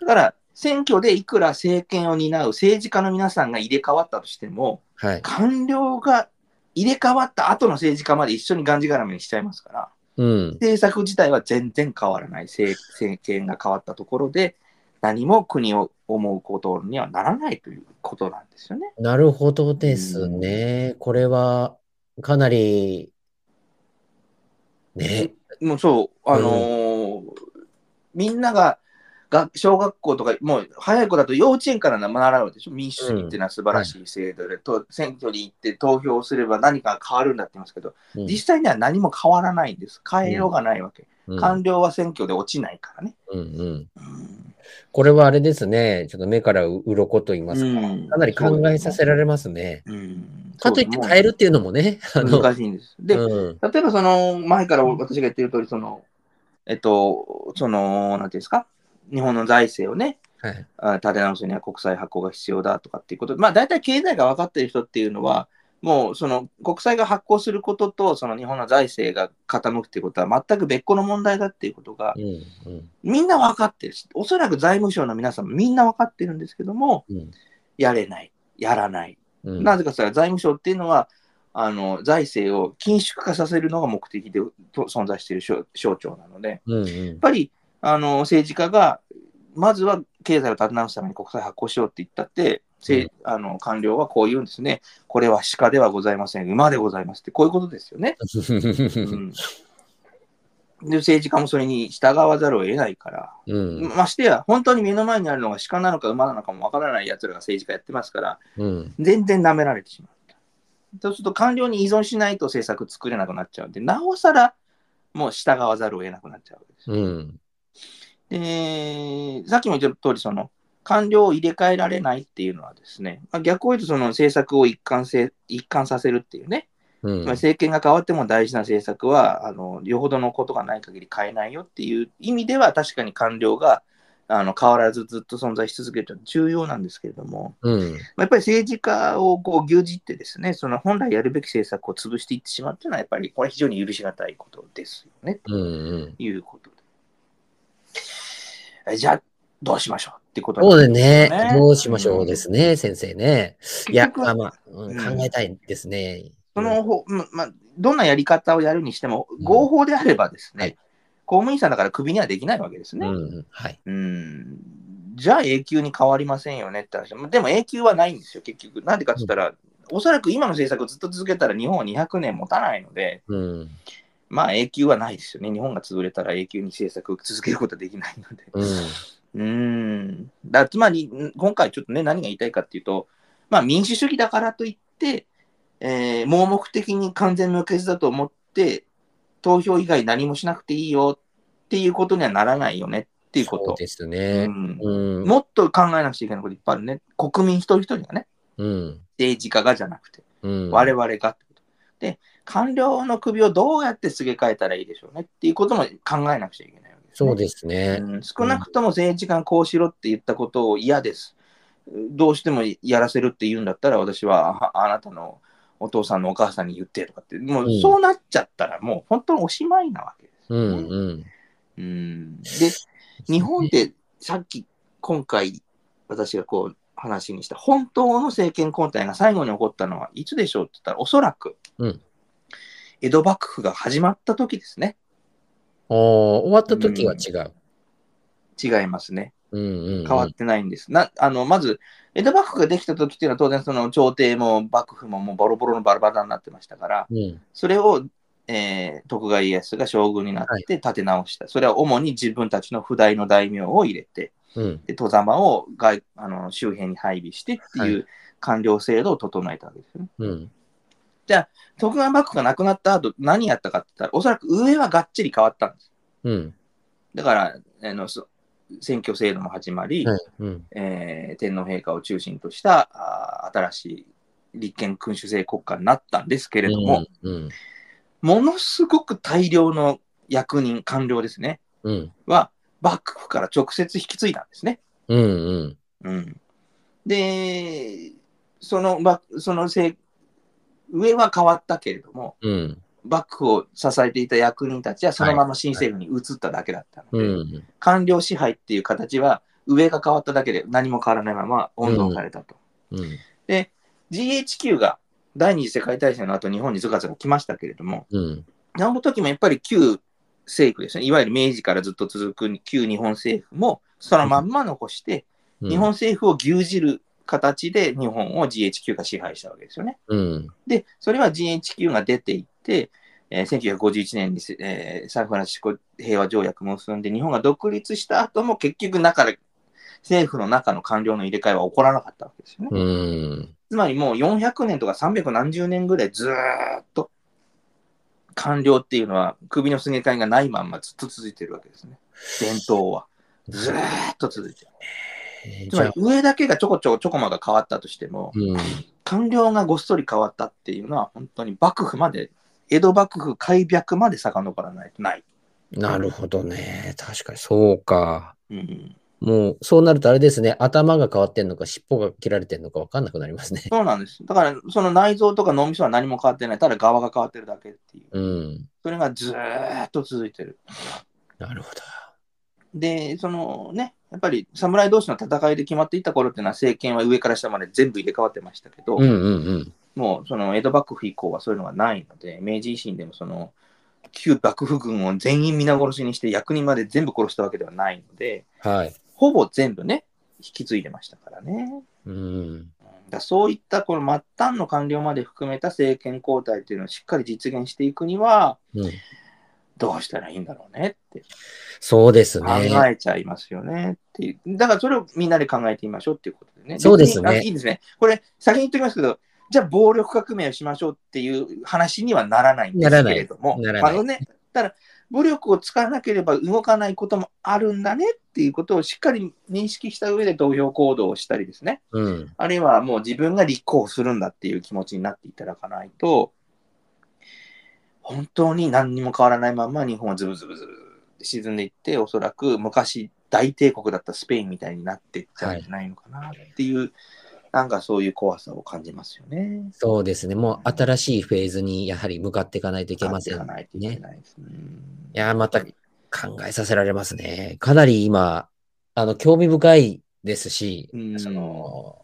Speaker 3: だから、選挙でいくら政権を担う政治家の皆さんが入れ替わったとしても、
Speaker 1: はい。
Speaker 3: 官僚が入れ替わった後の政治家まで一緒にがんじがらめにしちゃいますから、
Speaker 1: うん。
Speaker 3: 政策自体は全然変わらない。政政権が変わったところで、何も国を思うことにはならないということなんですよね。
Speaker 1: なるほどですね。これは、かなり、ね。
Speaker 3: もうそう、あのーみんながが小学校とか、もう早い子だと幼稚園から習うでしょ、民主主義っていうのは素晴らしい制度で、と選挙に行って投票すれば何かが変わるんだって言いますけど、
Speaker 1: うん
Speaker 3: 実際には何も変わらないんです。変えようがないわけ。
Speaker 1: うん
Speaker 3: 官僚は選挙で落ちないからね。
Speaker 1: うんうん。
Speaker 3: うん
Speaker 1: これはあれですね。ちょっと目から鱗と言いますか。かなり考えさせられますね。
Speaker 3: うん
Speaker 1: かといって変えるっていうのもね。あの、
Speaker 3: 難しいんです。で、
Speaker 1: うん。
Speaker 3: 例えばその前から私が言ってる通り、その、えっと、その、なんていうんですか、日本の財政をね、
Speaker 1: はい。
Speaker 3: あ立て直すには国債発行が必要だとかっていうことで、まあ大体経済が分かってる人っていうのは、もうその国債が発行することと、その日本の財政が傾くっていうことは全く別個の問題だっていうことが、
Speaker 1: うんうん
Speaker 3: みんな分かってるし、おそらく財務省の皆さんもみんな分かってるんですけども、
Speaker 1: うん
Speaker 3: やれない、やらない。
Speaker 1: うん。
Speaker 3: なぜかというと財務省っていうのはあの財政を緊縮化させるのが目的でと存在している省省庁なので、やっ
Speaker 1: うんうん。
Speaker 3: ぱりあの政治家がまずは経済を立て直すために国債発行しようって言ったって、せい
Speaker 1: うん
Speaker 3: あの官僚はこう言うんですね、これは鹿ではございません、馬でございますって、こういうことですよね。うん、で政治家もそれに従わざるを得ないから、
Speaker 1: うん
Speaker 3: ましてや、本当に目の前にあるのが鹿なのか馬なのかもわからないやつらが政治家やってますから、
Speaker 1: うん。
Speaker 3: 全然舐められてしまう。そうすると官僚に依存しないと政策作れなくなっちゃうんで、なおさらもう従わざるを得なくなっちゃうわけですよ。
Speaker 1: うん。
Speaker 3: で、さっきも言った通り、その官僚を入れ替えられないっていうのはですね、まあ、逆を言うとその政策を一貫せ一貫させるっていうね、
Speaker 1: うん
Speaker 3: つまり政権が変わっても大事な政策は、あのよほどのことがない限り変えないよっていう意味では、確かに官僚があの変わらずずっと存在し続けるというのは重要なんですけれども、
Speaker 1: うん。
Speaker 3: まあやっぱり政治家をこう牛耳ってですね、その本来やるべき政策を潰していってしまうというのは、やっぱりこれは非常に許し難いことですよね、
Speaker 1: うんうん。
Speaker 3: ということで。えじゃあ、どうしましょうってこと
Speaker 1: そう
Speaker 3: なん
Speaker 1: でね
Speaker 3: ね。
Speaker 1: どうしましょうですね、先生ね。いや、まあまあ、うん
Speaker 3: うん
Speaker 1: 考えたいですね。
Speaker 3: その方、ままあ、どんなやり方をやるにしても、合法であればですね、
Speaker 1: はい
Speaker 3: 公務員さんだからクビにはできないわけです
Speaker 1: うん、
Speaker 3: ね。
Speaker 1: うん、はい。
Speaker 3: うんじゃあ永久に変わりませんよねって話。でも永久はないんですよ、結局。なんでかって言ったら、おそらく今の政策をずっと続けたら日本は200年持たないので、
Speaker 1: うん、
Speaker 3: まあ永久はないですよね。日本が潰れたら永久に政策を続けることはできないので。
Speaker 1: うん、
Speaker 3: うーん。だつまり、ん今回ちょっとね、何が言いたいかっていうと、まあ民主主義だからといって、えー盲目的に完全無欠だと思って、投票以外何もしなくていいよっていうことにはならないよねっていうこ
Speaker 1: そう
Speaker 3: と。
Speaker 1: です
Speaker 3: う
Speaker 1: ね。
Speaker 3: ん
Speaker 1: うん、
Speaker 3: もっと考えなくちゃいけないこといっぱいあるね。国民一人一人がね、
Speaker 1: うん、
Speaker 3: 政治家がじゃなくて、
Speaker 1: うん。
Speaker 3: 我々がってこと。で、官僚の首をどうやってすげ替えたらいいでしょうねっていうことも考えなくちゃいけないわけです、ね。
Speaker 1: そうですね。
Speaker 3: うん少なくとも政治家がこうしろって言ったことを嫌です。どうしてもやらせるって言うんだったら、私はああなたのお父さんのお母さんに言ってとかって、も
Speaker 1: う
Speaker 3: うんそうなっちゃったら、もう本当におしまいなわけです
Speaker 1: う
Speaker 3: よね、
Speaker 1: ん、うん。
Speaker 3: うんで、日本ってさっき今回私がこう話にした本当の政権交代が最後に起こったのはいつでしょうって言ったらおそらく、
Speaker 1: うん
Speaker 3: 江戸幕府が始まった時ですね。
Speaker 1: おー終わった時は違う。
Speaker 3: 違いますね。
Speaker 1: うん、うん。
Speaker 3: 変わってないんです。なあのまず江戸幕府ができた時っていうのは当然その朝廷も幕府ももうボロボロのバラバラになってましたから、
Speaker 1: うん、
Speaker 3: それを、えー徳川家康が将軍になって立て直した。それは主に自分たちの不代の大名を入れて、
Speaker 1: うん、
Speaker 3: で戸様を外あの周辺に配備してってい
Speaker 1: は
Speaker 3: う官僚制度を整えたわけですよね。
Speaker 1: うん。
Speaker 3: 徳川幕府が亡くなった後何やったかって言ったら、おそらく上はがっちり変わったんです。
Speaker 1: うん、
Speaker 3: だから、あのそ選挙制度も始まり、
Speaker 1: うん。
Speaker 3: えー天皇陛下を中心としたあー新しい立憲君主制国家になったんですけれども、
Speaker 1: うん。
Speaker 3: ものすごく大量の役人、官僚ですね、
Speaker 1: うん。
Speaker 3: は幕府から直接引き継いだんですね。
Speaker 1: うん。うん。
Speaker 3: うん、で、そのばそのせい上は変わったけれども、
Speaker 1: うん。
Speaker 3: 幕府を支えていた役人たちはそのまま新政府に移っただけだったの
Speaker 1: う
Speaker 3: で、
Speaker 1: ん。
Speaker 3: 官僚支配っていう形は上が変わっただけで何も変わらないまま温存されたと。
Speaker 1: うん。
Speaker 3: GHQ が第二次世界大戦の後日本にずかずか来ましたけれども、
Speaker 1: うん。
Speaker 3: あの時もやっぱり旧政府ですね、いわゆる明治からずっと続く旧日本政府もそのまんま残して、
Speaker 1: うん
Speaker 3: 日本。政府を牛耳る形で日本を GHQ が支配したわけですよね。
Speaker 1: うん。
Speaker 3: で、それは GHQ が出ていって、えー1951年に、えーサンフランシスコ平和条約も結んで、日本が独立した後も結局中で、政府の中の官僚の入れ替えは起こらなかったわけですよね。
Speaker 1: うん。
Speaker 3: つまりもう400年とか300何十年ぐらいずーっと官僚っていうのは首のすげ替えがないまんまずっと続いてるわけですね。伝統は。ずーっと続いてる。つ
Speaker 1: じ
Speaker 3: ま
Speaker 1: ゃ
Speaker 3: り
Speaker 1: あ、
Speaker 3: 上だけがちょこちょこちょこまが変わったとしても、
Speaker 1: うん。
Speaker 3: 官僚がごっそり変わったっていうのは、本当に幕府まで、江戸幕府開闢まで遡らないとない。
Speaker 1: なるほどね。確かに、そうか。
Speaker 3: うん、
Speaker 1: もう、そうなるとあれですね。頭が変わってんのか、尻尾が切られてんのか分かんなくなりますね。
Speaker 3: そうなんです。だから、その内臓とか脳みそは何も変わってない。ただ側が変わってるだけっていう。
Speaker 1: うん。
Speaker 3: それがずーっと続いてる。
Speaker 1: なるほど。
Speaker 3: で、そのね、やっぱり侍同士の戦いで決まっていった頃っていうのは政権は上から下まで全部入れ替わってましたけど、
Speaker 1: うんうんうん。
Speaker 3: もうその江戸幕府以降はそういうのがないので、明治維新でもその旧幕府軍を全員皆殺しにして役人まで全部殺したわけではないので、
Speaker 1: はい。
Speaker 3: ほぼ全部ね、引き継いでましたからね。
Speaker 1: うん。
Speaker 3: うんだからそういったこの末端の官僚まで含めた政権交代というのをしっかり実現していくには、
Speaker 1: うん、
Speaker 3: どうしたらいいんだろうねって
Speaker 1: そうです
Speaker 3: 考
Speaker 1: ね。
Speaker 3: えちゃいますよねっていう。だからそれをみんなで考えてみましょうっていうことでね。
Speaker 1: そうですね
Speaker 3: 別にあいいですね。これ、先に言っておきますけど、じゃあ暴力革命をしましょうっていう話にはならないんですけれども、
Speaker 1: ならないならない
Speaker 3: あのね、ただ、武力を使わなければ動かないこともあるんだねっていうことをしっかり認識した上で投票行動をしたりですね。
Speaker 1: うん。
Speaker 3: あるいはもう自分が立候補するんだっていう気持ちになっていただかないと、本当に何にも変わらないまま日本はズブズブズブって沈んでいって、おそらく昔大帝国だったスペインみたいになっていっちゃうんじゃないのかなっていう、なんかそういう怖さを感じますよね。
Speaker 1: そうですね。もう新しいフェーズにやはり向かっていかないといけません
Speaker 3: 感じがないといけ
Speaker 1: ね。
Speaker 3: ないですね。
Speaker 1: いやーまた考えさせられますね。かなり今、あの、興味深いですし、
Speaker 3: うん
Speaker 1: その、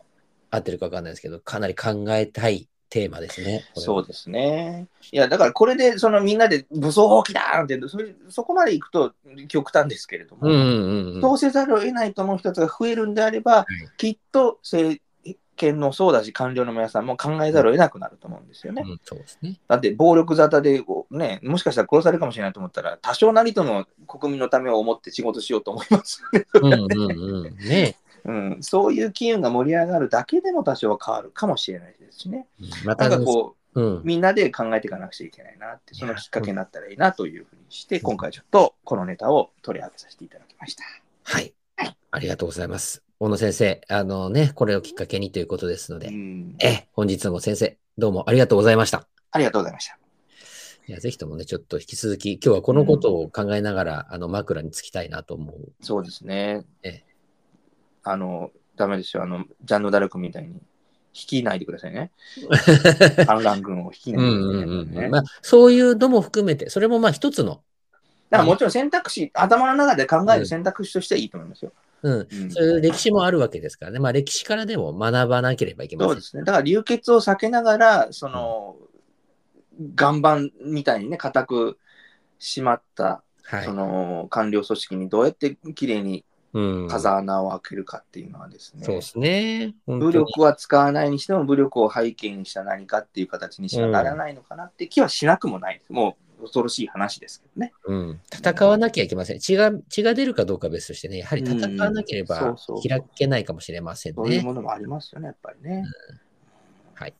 Speaker 1: 合ってるかわかんないですけど、かなり考えたいテーマですね。これ
Speaker 3: そうですね。いや、だからこれで、そのみんなで武装放棄だーってそれ、そこまで行くと極端ですけれども、
Speaker 1: うんうんうん。
Speaker 3: 通せざるを得ないと思う人たちが増えるんであれば、きっと政権のそうだし、官僚の皆さんも考えざるを得なくなると思うんですよね。
Speaker 1: うんそうですね。
Speaker 3: だって、暴力沙汰でこう、ね、もしかしたら殺されるかもしれないと思ったら、多少なりとも国民のためを思って仕事しようと思いますよね。
Speaker 1: うんうんうん。ね。
Speaker 3: うん、そういう機運が盛り上がるだけでも多少は変わるかもしれないですしね。
Speaker 1: うんま
Speaker 3: な
Speaker 1: た
Speaker 3: んかこ
Speaker 1: う
Speaker 3: う、
Speaker 1: ん。
Speaker 3: みんなで考えていかなくちゃいけないなって、そのきっかけになったらいいなというふうにして、今回ちょっとこのネタを取り上げさせていただきました。
Speaker 1: はい。ありがとうございます。小野先生、あのね、これをきっかけにということですの
Speaker 3: う
Speaker 1: で、
Speaker 3: ん、
Speaker 1: え、本日も先生、どうもありがとうございました。
Speaker 3: ありがとうございました。
Speaker 1: いや、ぜひともね、ちょっと引き続き、今日はこのことを考えながら、あの、枕につきたいなと思 う。
Speaker 3: そうですね。
Speaker 1: ええ
Speaker 3: あの、ダメですよ。あの、ジャンヌ・ダルクみたいに、引きないでくださいね。反乱軍を引き
Speaker 1: う
Speaker 3: ない
Speaker 1: ん
Speaker 3: で
Speaker 1: う
Speaker 3: くださいね。
Speaker 1: んうん。まあ、そういうのも含めて、それもまあ一つの、
Speaker 3: だからもちろん選択肢、頭の中で考える選択肢としてはいいと思いますよ。
Speaker 1: うん、
Speaker 3: うん
Speaker 1: そういう歴史もあるわけですからね。まあ、歴史からでも学ばなければいけま
Speaker 3: そう
Speaker 1: せん
Speaker 3: で。すね。だから流血を避けながら、その、岩盤みたいにね、固く締まった、
Speaker 1: はい
Speaker 3: そ。の官僚組織にどうやって綺麗に
Speaker 1: うん。
Speaker 3: 風穴を開けるかっていうのはですね、
Speaker 1: そうですね。本当
Speaker 3: 武
Speaker 1: に
Speaker 3: 力は使わないにしても武力を背景にした何かっていう形にしかならないのかなって気はしなくもないです。もう恐ろしい話ですけどね。
Speaker 1: うん。戦わなきゃいけません。血が、血が出るかどうかは別としてね、やはり戦わなけれ
Speaker 3: うんそう
Speaker 1: ば
Speaker 3: そう
Speaker 1: 開けないかもしれません
Speaker 3: そういう
Speaker 1: ね。
Speaker 3: ものもありますよね、やっぱりね。
Speaker 1: はい。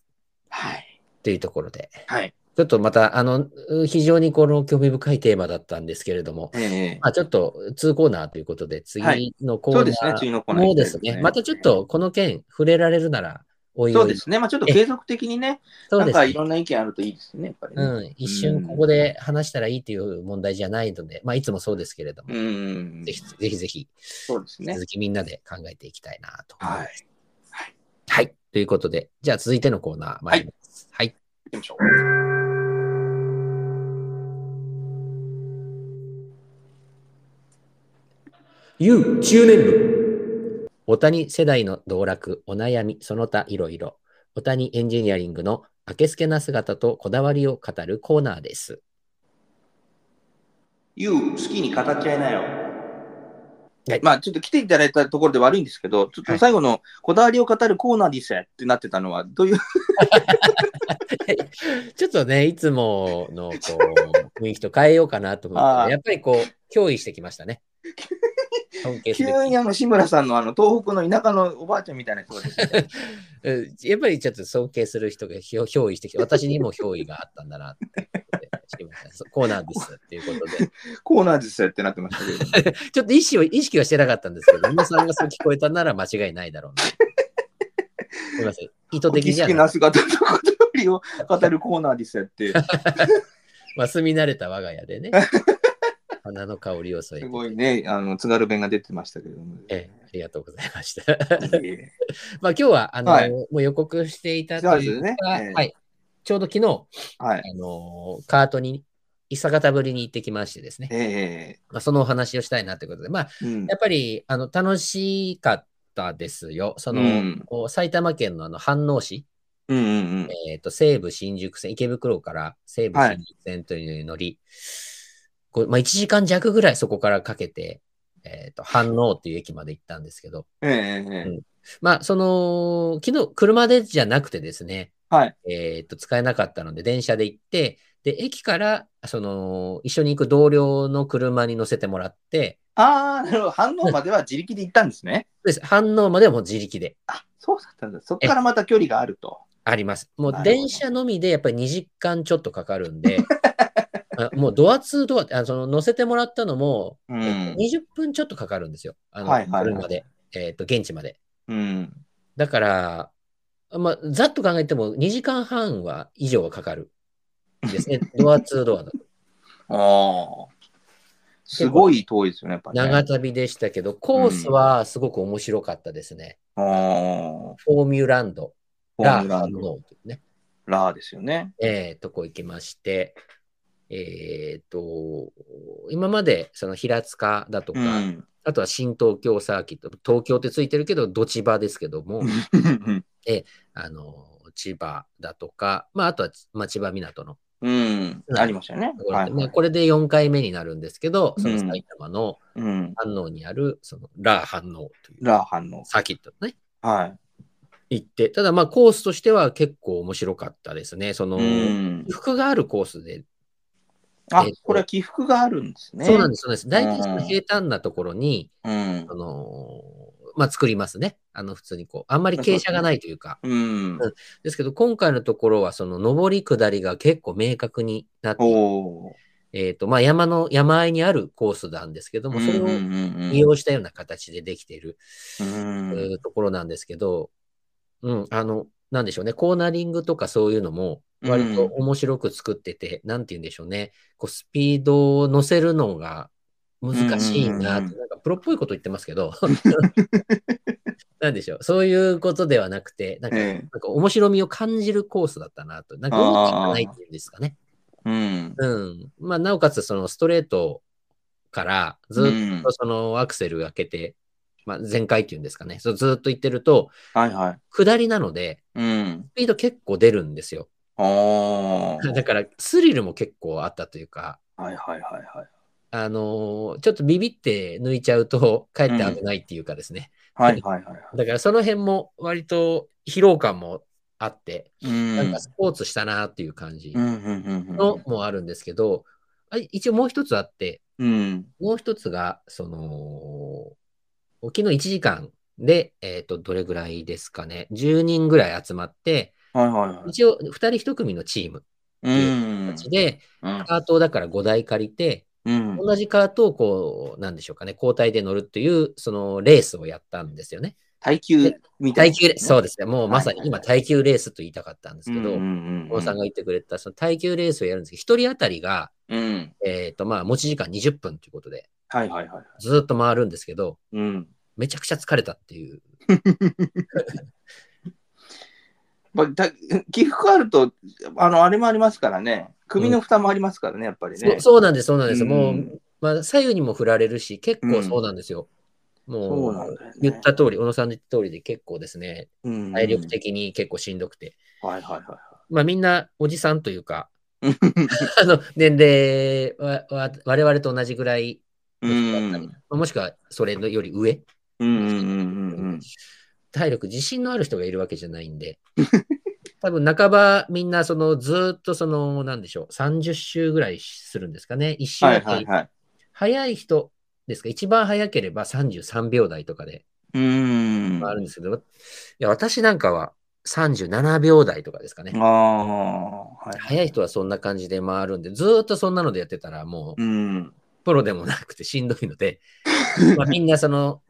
Speaker 3: はい。
Speaker 1: というところで、
Speaker 3: はい。
Speaker 1: ちょっとまた、あの、う非常にこの興味深いテーマだったんですけれども、
Speaker 3: ええ
Speaker 1: まあ、ちょっと2コーナーということで、次のコー
Speaker 3: そ
Speaker 1: ナ
Speaker 3: うですね、
Speaker 1: ー
Speaker 3: 次のコーナー
Speaker 1: も
Speaker 3: 行きたい
Speaker 1: ですね、またちょっ、とこの件触れられるなら、おい
Speaker 3: そ
Speaker 1: お
Speaker 3: うで
Speaker 1: い、
Speaker 3: すね、まあちょっと継続的にね、
Speaker 1: そう
Speaker 3: なん
Speaker 1: です
Speaker 3: か
Speaker 1: ね
Speaker 3: いろんな意見あるといいですね、やっぱりね。
Speaker 1: うん、一瞬ここで話したらいいという問題じゃないので、まあ、いつもそうですけれども、
Speaker 3: うん
Speaker 1: ぜひぜひぜひ、
Speaker 3: そうですね。
Speaker 1: 続きみんなで考えていきたいなと。
Speaker 3: はい。
Speaker 1: はい。ということで、じゃあ続いてのコーナー参ります。はい。
Speaker 3: 行きましょ
Speaker 1: ゆう中年部。小谷世代の道楽、お悩み、その他いろいろ。小谷エンジニアリングの明けすけな姿とこだわりを語るコーナーです。
Speaker 3: You、好きに語っちゃいなよ。
Speaker 1: はい
Speaker 3: まあちょっと来ていただいたところで悪いんですけど、ちょっと最後のこだわりを語るコーナーですってなってた のは、どういう、
Speaker 1: ちょっとね、いつものこう雰囲気と変えようかなと思っ
Speaker 3: あ
Speaker 1: て、
Speaker 3: ー
Speaker 1: やっぱりこう、脅威してきましたね。尊敬すべき
Speaker 3: 急にあの志村さんのあの東北の田舎のおばあちゃんみたいな人が出てきて
Speaker 1: うんやっぱりちょっと尊敬する人がひょ憑依してきて、私にも憑依があったんだなってことで。知りましたそうコーナーですっていうことで、
Speaker 3: コーナーですってなってましたけど、
Speaker 1: ちょっと意識は意識はしてなかったんですけど、皆さんがそう聞こえたなら間違いないだろうな。すみません、意図
Speaker 3: 好
Speaker 1: 的
Speaker 3: き
Speaker 1: じゃ
Speaker 3: 好き
Speaker 1: な。
Speaker 3: ない姿のこだわりを語るコーナーで すって、
Speaker 1: まあ、住み慣れた我が家でね、花の香りを添え
Speaker 3: す
Speaker 1: て、
Speaker 3: ごいね、あの津軽弁が出てましたけども。
Speaker 1: ええありがとうございました。
Speaker 3: いえいえ
Speaker 1: まあ、今日はあの、
Speaker 3: はい
Speaker 1: もう予告していたというか、
Speaker 3: そうですねええ
Speaker 1: はい、ちょうど昨日、
Speaker 3: はい。
Speaker 1: あのカートに久方ぶりに行ってきましてですね、
Speaker 3: え
Speaker 1: まあ、そのお話をしたいなということで、まあ、
Speaker 3: えうん
Speaker 1: やっぱりあの楽しかったですよ。その、
Speaker 3: うん
Speaker 1: こう埼玉県のあの飯能市、
Speaker 3: うんうん
Speaker 1: えーと、西武新宿線、池袋から西武新宿線という乗り、こうまあ、1時間弱ぐらいそこからかけて、えーと飯能という駅まで行ったんですけど、
Speaker 3: うん。ええええ
Speaker 1: うんまあ、その、昨日、車でじゃなくてですね、
Speaker 3: はい。
Speaker 1: えーと、使えなかったので、電車で行って、で、駅から、その、一緒に行く同僚の車に乗せてもらって、
Speaker 3: ああ、なるほど。反応までは自力で行ったんですね。
Speaker 1: そうです。反応まではもう自力で
Speaker 3: あ、そうだったんだ。そこからまた距離があると。
Speaker 1: あります。もう
Speaker 3: なるほど
Speaker 1: 電車のみでやっぱり2時間ちょっとかかるん で、あもうドア2ドアあその乗せてもらったのも、
Speaker 3: う
Speaker 1: えっ
Speaker 3: ん
Speaker 1: と。20分ちょっとかかるんですよ。あの、
Speaker 3: はいはいはい
Speaker 1: 車で、えっと、現地まで。
Speaker 3: うん。
Speaker 1: だから、まあ、ざっと考えても2時間半は以上はかかる。です ね。ドア2ドアだと。
Speaker 3: ああ。すごい遠いですよね、やっぱり、ね。
Speaker 1: 長旅でしたけど、コースはすごく面白かったですね。
Speaker 3: あー
Speaker 1: フォーミュランド、
Speaker 3: ホーム
Speaker 1: ラー
Speaker 3: ラン
Speaker 1: ノ
Speaker 3: ド。
Speaker 1: ーというね。
Speaker 3: ラーですよね。
Speaker 1: えー、とこ行きまして、えー、と、今までその平塚だと
Speaker 3: う
Speaker 1: か、
Speaker 3: ん。
Speaker 1: あとは新東京サーキット、東京ってついてるけど、どちばですけども、あの、千葉だとか、まあ、あとは、まあ、千葉港の
Speaker 3: うん。ありましたよね
Speaker 1: とこ。ろで、
Speaker 3: はい、
Speaker 1: まあ、これで4回目になるんですけど、その
Speaker 3: うん
Speaker 1: 埼玉の
Speaker 3: うん。
Speaker 1: 反応にある、そのラー反応という
Speaker 3: ラー反応。
Speaker 1: サーキットね、
Speaker 3: は
Speaker 1: 行って、ただまあコースとしては結構面白かったですね。そ
Speaker 3: い。
Speaker 1: の、
Speaker 3: うん
Speaker 1: 起。伏があるコースで
Speaker 3: あ
Speaker 1: えっと、
Speaker 3: これは起伏があるんですね。
Speaker 1: そうなん
Speaker 3: で
Speaker 1: です、そうなんです。大体その
Speaker 3: うん
Speaker 1: 平坦なところに、
Speaker 3: す。うん
Speaker 1: あ。のーまあ、作りますね。あの、普通にこう、あんまり傾斜がないというか。
Speaker 3: うん。
Speaker 1: ですけど、今回のところは、その、上り下りが結構明確になっていて、
Speaker 3: おお。
Speaker 1: えっ、と、まあ、山の、山あいにあるコースなんですけども、それを
Speaker 3: うんうんうんうん
Speaker 1: 利用したような形でできている、
Speaker 3: うん
Speaker 1: えーところなんですけど、うん、あの、なんでしょうね、コーナリングとかそういうのも、割と面白く作ってて、なんて言うんでしょうね、こうスピードを乗せるのが難しいなって、
Speaker 3: うんうんうん
Speaker 1: なんかプロっぽいこと言ってますけど、 なんでしょう、そういうことではなくて、なんか、
Speaker 3: ええ
Speaker 1: なんか面白みを感じるコースだったなと、なんか
Speaker 3: あー
Speaker 1: 大きくないっていうんですかね。
Speaker 3: うん。
Speaker 1: うん。まあ、なおかつ、そのストレートからずっとそのアクセル開けて、まあ、全開っていうんですかね、そうずっと行ってると、
Speaker 3: はいはい。
Speaker 1: 下りなので、
Speaker 3: うん。
Speaker 1: スピード結構出るんですよ。
Speaker 3: おー。
Speaker 1: だから、スリルも結構あったというか、
Speaker 3: はいはいはいはい。
Speaker 1: あのーちょっとビビって抜いちゃうと、 かえって危ないっていうかですね。
Speaker 3: はいはいはいは
Speaker 1: だから、その辺も割と疲労感もあって、
Speaker 3: い。うん。
Speaker 1: なんかスポーツしたなっていう感じ
Speaker 3: うんうんうん
Speaker 1: のもあるんですけど、あ一応もう一つあって、
Speaker 3: うん。
Speaker 1: もう一つが、その、昨日1時間で、えっ、と、どれぐらいですかね、10人ぐらい集まって、
Speaker 3: はいはいはい。
Speaker 1: 一応2人1組のチーム
Speaker 3: うん。
Speaker 1: で、
Speaker 3: うん。
Speaker 1: カートをだから5台借りて、
Speaker 3: うん。
Speaker 1: 同じカートをこう、なんでしょうかね、交代で乗るという、そのレースをやったんですよね。
Speaker 3: 耐久みたい
Speaker 1: 耐久
Speaker 3: な。
Speaker 1: レース、そうですね。もうまさに
Speaker 3: はいは
Speaker 1: 今、
Speaker 3: いはい
Speaker 1: 耐久レースと言いたかったんです
Speaker 3: う
Speaker 1: け
Speaker 3: ん
Speaker 1: ど、
Speaker 3: う
Speaker 1: 小
Speaker 3: んう
Speaker 1: 野
Speaker 3: ん。
Speaker 1: さんが言ってくれた、その耐久レースをやるんですけど、一人当たりが、
Speaker 3: うん。
Speaker 1: えっ、と、まあ、持ち時間20分ということで、
Speaker 3: はいはいはい。
Speaker 1: ずーっと回るんですけど、
Speaker 3: うん。
Speaker 1: めちゃくちゃ疲れたっていう。
Speaker 3: まあ、だ起伏あると、あの、あれもありますからね。首の負担もありますからね、やっぱり
Speaker 1: そ
Speaker 3: ね
Speaker 1: う。そうなんです、そうなんです。も
Speaker 3: う、
Speaker 1: うんまあ、左右にも振られるし、結構そうなんですよ。も
Speaker 3: そう
Speaker 1: う、
Speaker 3: なんだよね。
Speaker 1: 言った通り、小野さんの言った通りで結構ですね、
Speaker 3: うん
Speaker 1: 体力。的に結構しんどくて。
Speaker 3: はいはいはい。
Speaker 1: まあみんなおじさんという か、
Speaker 3: うん
Speaker 1: あの年齢はわ我々と同じぐらい、
Speaker 3: うん。
Speaker 1: もしくはそれのより上、
Speaker 3: うんうんうんうんうん。
Speaker 1: 体力、自信のある人がいるわけじゃないんで、 多分半ばみんなそのずーっとその、なんでしょう、30周ぐらいするんですかね。1周
Speaker 3: はい
Speaker 1: あた
Speaker 3: はい
Speaker 1: り
Speaker 3: はい。
Speaker 1: 早い人ですか、一番早ければ33秒台とかで
Speaker 3: うん。
Speaker 1: あるんですけど、いや私なんかは37秒台とかですかね。
Speaker 3: ああ、はい。
Speaker 1: 早い人はそんな感じで回るんで、ずーっとそんなのでやってたら、もう
Speaker 3: うん。
Speaker 1: プロでもなくてしんどいので、 まあみんなその、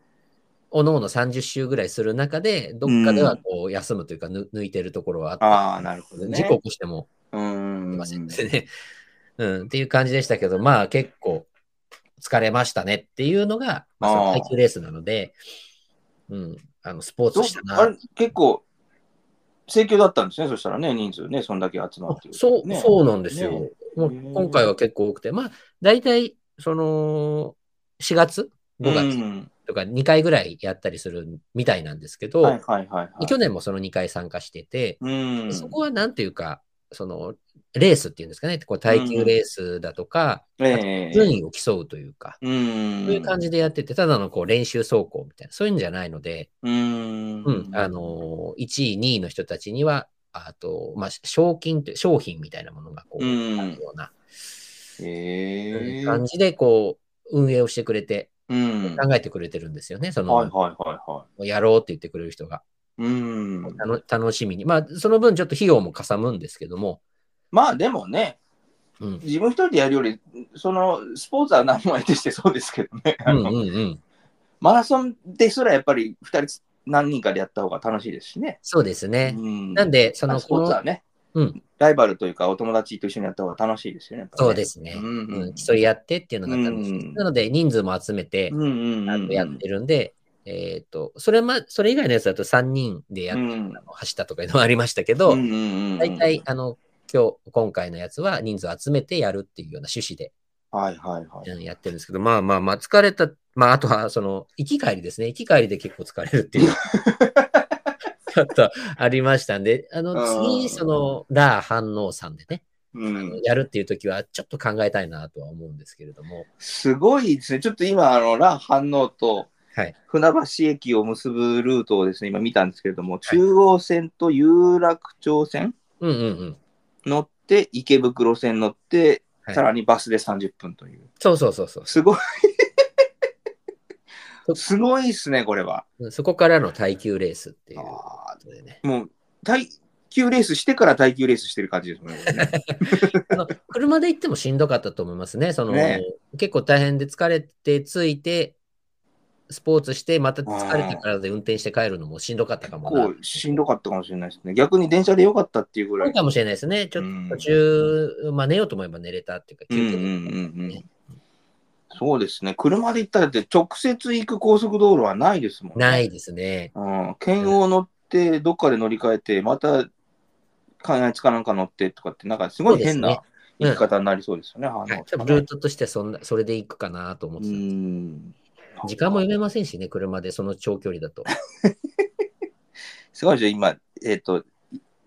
Speaker 1: おのおの30周ぐらいする中で、どっかではこう休むというか、ぬ抜いてるところはあって、
Speaker 3: ああ、なるほどね。
Speaker 1: 事故起こしても
Speaker 3: うん。
Speaker 1: いませんでね、うん。っていう感じでしたけど、まあ結構疲れましたねっていうのが、まあ、その
Speaker 3: あー
Speaker 1: 耐久レースなので、うん、あのスポー
Speaker 3: ど
Speaker 1: ツしたな
Speaker 3: あれ、結構、盛況だったんですね、そしたらね、人数ね、そんだけ集まってる。
Speaker 1: そう、
Speaker 3: ね
Speaker 1: そうなんですよ。
Speaker 3: ね
Speaker 1: もう
Speaker 3: へー
Speaker 1: 今回は結構多くて、まあ、大体、その、4月、5月
Speaker 3: ん
Speaker 1: とか2回ぐらいやったりするみたいなんですけど、
Speaker 3: はいはいはいはい。
Speaker 1: 去年もその2回参加してて、
Speaker 3: うん。
Speaker 1: そこはなんていうか、その、レースっていうんですかね、こう耐久レースだとか、
Speaker 3: ええ
Speaker 1: 順位を競うというか、
Speaker 3: うん。
Speaker 1: そういう感じでやってて、ただのこう練習走行みたいな、そういうんじゃないので、
Speaker 3: うん。
Speaker 1: うん、あ、のー、1位、2位の人たちには、あと、まあ、賞金という、商品みたいなものがこう、
Speaker 3: うん
Speaker 1: あるような
Speaker 3: ええ
Speaker 1: 感じで、こう、運営をしてくれて、
Speaker 3: うん。はい
Speaker 1: 考えてくれてるんですよね、その、
Speaker 3: はいはいは
Speaker 1: やろうって言ってくれる人が、
Speaker 3: い。うん。
Speaker 1: たの楽しみに。まあ、その分ちょっと費用もかさむんですけども、
Speaker 3: まあでもね、
Speaker 1: うん、
Speaker 3: 自分一人でやるより、そのスポーツは何もやってしてそうですけどね。
Speaker 1: う
Speaker 3: あ
Speaker 1: ん、う
Speaker 3: の
Speaker 1: ん、うん。
Speaker 3: マラソンですらやっぱり二人つ、何人かでやった方が楽しいですしね。
Speaker 1: そうですね。
Speaker 3: うん
Speaker 1: なんで、そ
Speaker 3: あ
Speaker 1: の、
Speaker 3: のスポーツは
Speaker 1: こ
Speaker 3: ね、
Speaker 1: のうん、
Speaker 3: ライバルというか、お友達と一緒にやった方が楽しいですよね。やっぱね
Speaker 1: そうですね。
Speaker 3: うんうん
Speaker 1: うん、競い合ってっていうのが楽しいです
Speaker 3: うん
Speaker 1: なので、人数も集めて
Speaker 3: う、んうん
Speaker 1: あ
Speaker 3: うん
Speaker 1: のやってるんで、えっと、それま、それ以外のやつだと3人でやっ
Speaker 3: うん
Speaker 1: あの走ったとかいうのはありましたけど
Speaker 3: うん、うんうん
Speaker 1: 大体、あの、今日、今回のやつは人数を集めてやるっていうような趣旨で
Speaker 3: はいはいはい。
Speaker 1: うんやってるんですけど、まあまあまあ、疲れた、まああとは、その、行き帰りですね。行き帰りで結構疲れるっていう。ちょっとありましたんで、あの、
Speaker 3: う
Speaker 1: 次、
Speaker 3: ん
Speaker 1: その、ラー反応さんでね、
Speaker 3: うん、
Speaker 1: やるっていう時は、ちょっと考えたいなとは思うんですけれども、
Speaker 3: すごいですね。ちょっと今、あの、ラ・反応と
Speaker 1: はい。
Speaker 3: 船橋駅を結ぶルートをですね、今見たんですけれども、中央線と有楽町線
Speaker 1: うんうんうん。
Speaker 3: 乗って、池袋線乗って、
Speaker 1: はい
Speaker 3: さらにバスで30分という。
Speaker 1: そうそうそうそう
Speaker 3: すごい すごいですね、これは。
Speaker 1: うん。そこからの耐久レースっていうこ
Speaker 3: あ
Speaker 1: とでね。
Speaker 3: ーもう、耐久レースしてから耐久レースしてる感じですもんね。これね
Speaker 1: あの車で行ってもしんどかったと思いますね。その
Speaker 3: ね
Speaker 1: 結構大変で疲れて、着いて、スポーツして、また疲れた体で運転して帰るのもしんどかったかもな
Speaker 3: こ。う、しんどかったかもしれないですね。逆に電車でよかったっていうぐら
Speaker 1: そう
Speaker 3: い。
Speaker 1: かもしれないですね。ちょっ
Speaker 3: うん
Speaker 1: と途中、まあ、寝ようと思えば寝れたっていうか、
Speaker 3: うんうん
Speaker 1: 休憩
Speaker 3: うん
Speaker 1: で
Speaker 3: うん。そうですね。車で行ったらって直接行く高速道路はないですもんね。
Speaker 1: ないですね。
Speaker 3: うん。県を乗って、どっかで乗り換えて、また、関越かなんか乗ってとかって、なんかすごい変な
Speaker 1: うん
Speaker 3: 行き方になりそうですよね。あの
Speaker 1: はい、多分ルートとしてはそんなそれで行くかなと思っ
Speaker 3: う
Speaker 1: てたんです
Speaker 3: ん。
Speaker 1: 時間も読めませんしね、車でその長距離 だと。
Speaker 3: すごいですよ、今、えっ、と、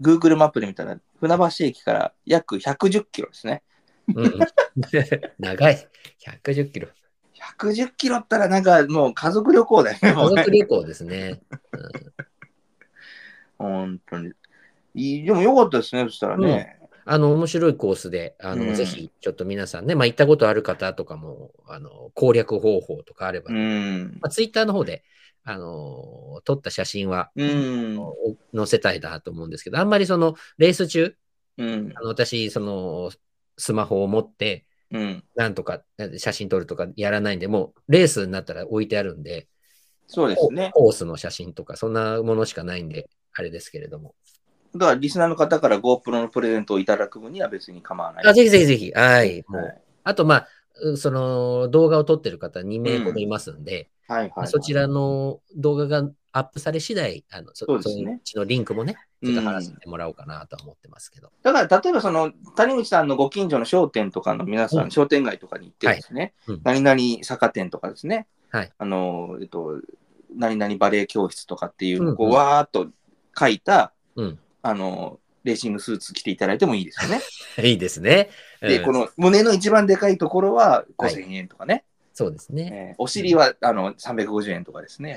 Speaker 3: Google マップで見たら、船橋駅から約110キロですね。
Speaker 1: うんうん長い。110キロ。
Speaker 3: 110キロったら、なんかもう家族旅行だよね、も
Speaker 1: 家
Speaker 3: うね
Speaker 1: 族旅行ですね。うん
Speaker 3: 本当に。いいでもよかったですね、そしたらね。
Speaker 1: あの、面白いコースで、あの、
Speaker 3: うん
Speaker 1: ぜひ、ちょっと皆さんね、まあ、行ったことある方とかも、あの、攻略方法とかあれば、
Speaker 3: う
Speaker 1: ま
Speaker 3: ん。
Speaker 1: あ、ツイッターの方で、あの、撮った写真は、
Speaker 3: うん。
Speaker 1: お載せたいなと思うんですけど、あんまりその、レース中、
Speaker 3: うん
Speaker 1: あの私、その、スマホを持って、
Speaker 3: うん
Speaker 1: なんとか、写真撮るとかやらないんで、もう、レースになったら置いてあるんで、
Speaker 3: そうですね。
Speaker 1: コースの写真とか、そんなものしかないんで、あれですけれども。
Speaker 3: だから、リスナーの方から GoPro のプレゼントをいただく分には別に構わない。
Speaker 1: あぜひぜひぜひ。はい。も
Speaker 3: は
Speaker 1: う
Speaker 3: い
Speaker 1: あと、まあ、うその動画を撮ってる方2名ほどいますんで、
Speaker 3: はいはいはい。
Speaker 1: そちらの動画がアップされ次第、あのそ
Speaker 3: そうですね
Speaker 1: のうちのリンクもね、
Speaker 3: う
Speaker 1: ち
Speaker 3: ん
Speaker 1: ょっと貼らせてもらおうかなとは思ってますけど。
Speaker 3: だから、例えばその、谷口さんのご近所の商店とかの皆さん、
Speaker 1: うん
Speaker 3: 商店街とかに行ってですね、
Speaker 1: は
Speaker 3: 何々酒店とかですね、
Speaker 1: はい
Speaker 3: あの、えっと、何々バレエ教室とかっていう、
Speaker 1: うんうん
Speaker 3: こう、わーっと書いた、
Speaker 1: うん
Speaker 3: あの、レーシングスーツ着ていただいてもいいですよ ね。
Speaker 1: いいですね。
Speaker 3: で、
Speaker 1: うん
Speaker 3: この胸の一番でかいところは
Speaker 1: はい
Speaker 3: 5000円とかね、
Speaker 1: そうですね。
Speaker 3: えーお尻は、あの、350円とか ですね。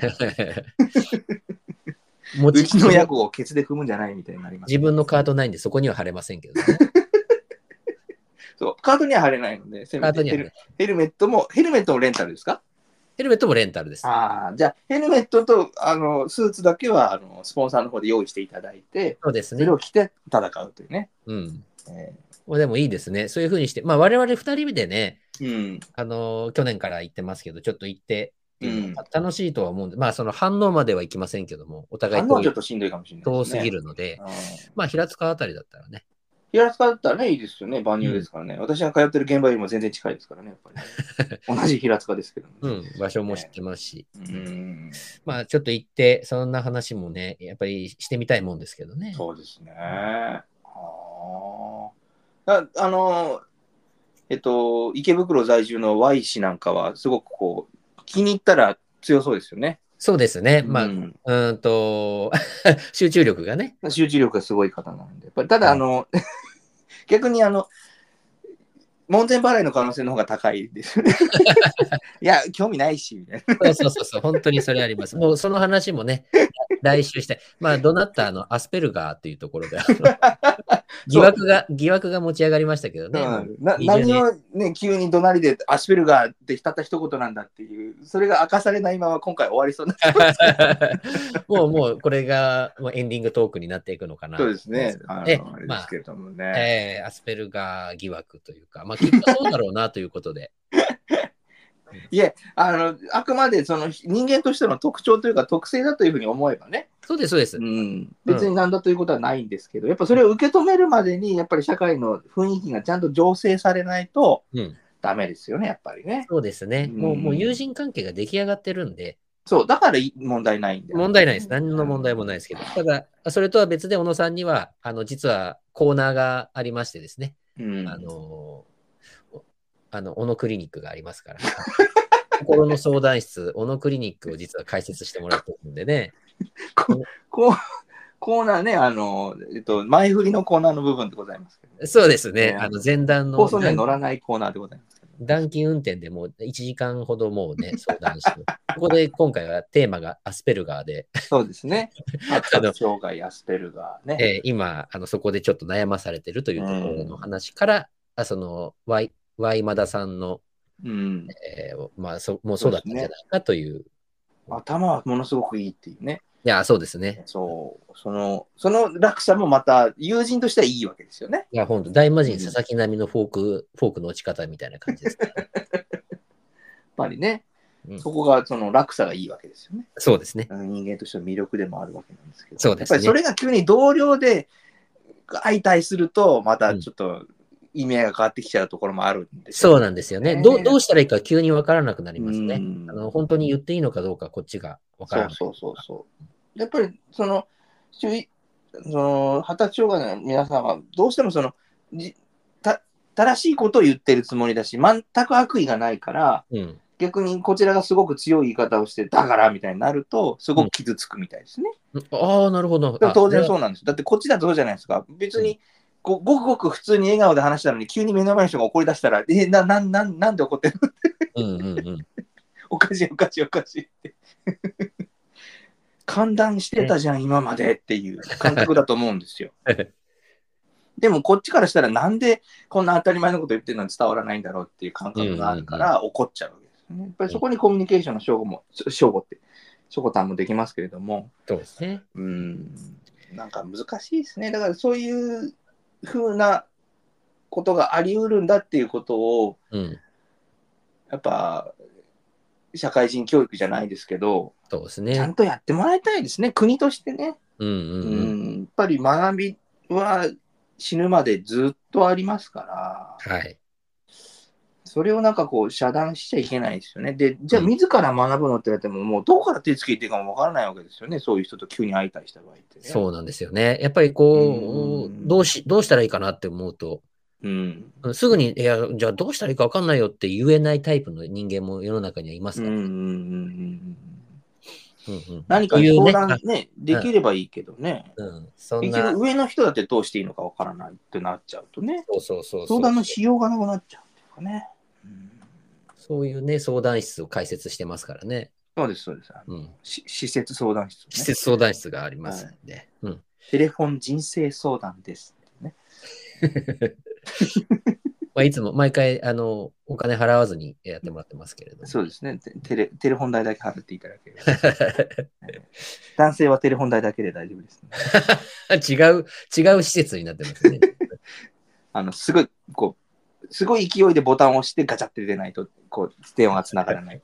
Speaker 1: も
Speaker 3: うちの親子をケツで踏むんじゃないみたいになります、
Speaker 1: 自分のカードないんで、そこには貼れませんけど ね。
Speaker 3: そう、カートには貼れないので、せ
Speaker 1: カード
Speaker 3: めて
Speaker 1: に
Speaker 3: ヘ
Speaker 1: はね
Speaker 3: ル。ヘルメットも、ヘルメットもレンタルですか
Speaker 1: ヘルメットもレンタルです。
Speaker 3: ああ、じゃあ、ヘルメットとあのスーツだけはあのスポンサーの方で用意していただいて、
Speaker 1: そうです
Speaker 3: そ
Speaker 1: ね
Speaker 3: れ。を着て戦うというね。
Speaker 1: うん。
Speaker 3: え
Speaker 1: まあでもいいですね。そういうふうにして、まあ我々2人でね、
Speaker 3: ー
Speaker 1: あの去年から行ってますけど、ちょっと行って、
Speaker 3: うん
Speaker 1: た楽しいとは思うんで、まあその反応まではいきませんけども、お
Speaker 3: うん。
Speaker 1: 互
Speaker 3: あ
Speaker 1: い遠
Speaker 3: のはちょっ
Speaker 1: い
Speaker 3: としんどいかもしれない
Speaker 1: 遠
Speaker 3: です
Speaker 1: す
Speaker 3: ね。
Speaker 1: ぎるので、
Speaker 3: うん。
Speaker 1: まあ平塚あたりだったらね、
Speaker 3: 平塚だったらね、いいですよね。万有ですからね。私が通ってる現場よりも全然近いですからね、やっぱ りね。同じ平塚ですけどね。
Speaker 1: うん、場所も知ってますし、
Speaker 3: うん。
Speaker 1: まあちょっと行って、そんな話もね、やっぱりしてみたいもんですけどね。
Speaker 3: そうですね。ああ。だあの、えっと、池袋在住の Y 氏なんかは、すごくこう、気に入ったら強そうですよね。
Speaker 1: そうですね、まあ、
Speaker 3: う
Speaker 1: うんーんと、 集中力がね、
Speaker 3: 集中力がすごい方なんで、やっぱりただ、あの、 逆にあの、門前払いの可能性の方が高いです よね。いや、興味ないし、みたいな。
Speaker 1: そうそうそうそう、本当にそれあります。もうその話もね、 来週したい。まあ、どなったあのアスペルガーというところで、あ の疑惑が、疑惑が持ち上がりましたけどね。
Speaker 3: な
Speaker 1: 20年
Speaker 3: 何をね、急に怒鳴りでアスペルガーってたった一言なんだっていう、それが明かされないまま今回終わりそうな。
Speaker 1: もうもうこれがもうエンディングトークになっていくのかな。
Speaker 3: そうですね。あのあれ
Speaker 1: で
Speaker 3: で
Speaker 1: ますあ
Speaker 3: けれどもね。
Speaker 1: えーアスペルガー疑惑というか、まあ、きっとそうだろうなということで。
Speaker 3: いえ、あの、あくまでその人間としての特徴というか特性だというふうに思えばね、
Speaker 1: そうです、そうです。
Speaker 3: うん、別に何だということはないんですけど、やっぱそれを受け止めるまでに、やっぱり社会の雰囲気がちゃんと醸成されないと
Speaker 1: うん、
Speaker 3: ダメですよね、やっぱりね。
Speaker 1: そうですね。
Speaker 3: うん
Speaker 1: もうもう友人関係が出来上がってるんで、
Speaker 3: そう、だからい問題ないんで。
Speaker 1: 問題ないです。何の問題もないですけど。ただ、それとは別で小野さんには、あの実はコーナーがありましてですね、
Speaker 3: うん、
Speaker 1: あのおあの小野クリニックがありますから。 心の相談室、小野クリニックを実は開設してもらってるんでね。
Speaker 3: こうコーナーね、あの、えっと、前振りのコーナーの部分でございますけど、
Speaker 1: そうですね。
Speaker 3: ね
Speaker 1: あの前段の。
Speaker 3: 放送には乗らないコーナーでございま すけど。
Speaker 1: 暖気運転でもう1時間ほどもう ね、相談して、ここで今回はテーマがアスペルガーで、
Speaker 3: そうですね。発
Speaker 1: あの
Speaker 3: 達障害、アスペルガーね。
Speaker 1: えー今あの、そこでちょっと悩まされてるというところの話から、あその、ワイ、ワイマダさんの、
Speaker 3: うん、
Speaker 1: えーまあそ、もうそうだったんじゃないかという。
Speaker 3: 頭はものすごくいいっていうね。
Speaker 1: いや、そうですね。
Speaker 3: そう。その、その落差もまた、友人としてはいいわけですよね。
Speaker 1: いや、本当大魔神佐々木並みのフォーク、フォークの落ち方みたいな感じですからね、
Speaker 3: やっぱりね、
Speaker 1: うん
Speaker 3: そこがその落差がいいわけですよね。
Speaker 1: そうですね。
Speaker 3: あの人間としての魅力でもあるわけなんですけど、
Speaker 1: そうですね
Speaker 3: やっぱりそれが急に同僚で相対すると、またちょっと意味合いが変わってきちゃうところもあるんです
Speaker 1: そう
Speaker 3: う
Speaker 1: なんですよね。
Speaker 3: ね
Speaker 1: どうどうしたらいいか急にわからなくなりますね。
Speaker 3: うん
Speaker 1: あの本当に言っていいのかどうか、こっちがわか
Speaker 3: そ
Speaker 1: ら
Speaker 3: う
Speaker 1: ない。
Speaker 3: そうそうそう。やっぱりその、注意その発達障害の皆さんは、どうしてもそのじた正しいことを言ってるつもりだし、全く悪意がないから、
Speaker 1: うん、
Speaker 3: 逆にこちらがすごく強い言い方をして、だからみたいになると、すごく傷つくみたいですね。
Speaker 1: ああ、なるほど。
Speaker 3: でも当然
Speaker 1: あ
Speaker 3: そうなんです。だってこっちだとそうじゃないですか。別に、こうごくごく普通に笑顔で話したのに、急に目の前の人が怒り出したら、え、な、なん、なん、なんで怒ってるの
Speaker 1: うんうんうん。
Speaker 3: おかしい、おかしい、おかしいって。寒暖してたじゃん、今までっていう感覚だと思うん ですよ。でもこっちからしたら、なんでこんな当たり前のこと言ってるのに伝わらないんだろうっていう感覚があるから、怒っちゃうわけですよね。やっぱりそこにコミュニケーションの称号も、称号って、しょこたんもできますけれども、
Speaker 1: そうですね。
Speaker 3: うんなんか難しいですね。だからそういう風なことがあり得るんだっていうことを、
Speaker 1: うん。
Speaker 3: やっぱ、社会人教育じゃないですけど、
Speaker 1: そうです
Speaker 3: ちゃ
Speaker 1: ね
Speaker 3: ん。とやってもらいたいですね、国としてね。
Speaker 1: うん
Speaker 3: う
Speaker 1: うんうん。
Speaker 3: ん、やっぱり学びは死ぬまでずっとありますから、
Speaker 1: はい。
Speaker 3: それをなんかこう遮断しちゃいけないですよね。で、じゃあ
Speaker 1: うん
Speaker 3: 自ら学ぶのって言われても、もうどこから手つけていいかもわからないわけですよね。そういう人と急に相対した場合ってね。
Speaker 1: そうなんですよね。やっぱりこ
Speaker 3: うん
Speaker 1: う、どうし、どうしたらいいかなって思うと、
Speaker 3: うん。
Speaker 1: うんすぐに、いや、じゃあどうしたらいいか分かんないよって言えないタイプの人間も世の中にはいます
Speaker 3: うん
Speaker 1: か
Speaker 3: うん
Speaker 1: ら。
Speaker 3: う
Speaker 1: うん
Speaker 3: うんん。
Speaker 1: うん
Speaker 3: 何か
Speaker 1: こういう
Speaker 3: 相
Speaker 1: ね
Speaker 3: 談ね、できればいいけどね。
Speaker 1: うん、そん
Speaker 3: 結
Speaker 1: な、
Speaker 3: 局上の人だってどうしていいのかわからないってなっちゃうとね、
Speaker 1: そうそうそうそ
Speaker 3: 相
Speaker 1: う
Speaker 3: 談のしようがなくなっちゃうっていうかね。うん
Speaker 1: そういうね、相談室を開設してますからね。
Speaker 3: そうです、そうです。あの
Speaker 1: うん、
Speaker 3: し施設相談室、ね。
Speaker 1: 施設相談室がありますんで。うん、
Speaker 3: テレフォン人生相談ですってね。
Speaker 1: まあ、いつも毎回あのお金払わずにやってもらってますけれども。
Speaker 3: そうですね。テテレテレフォン代だけ払っていただければ。 男性はテレフォン代だけで大丈夫です、ね。
Speaker 1: 違う、違う施設になってますね。
Speaker 3: あの、すごい、こう、すごい勢いでボタンを押してガチャって出ないと、こう、電話がつながら ない。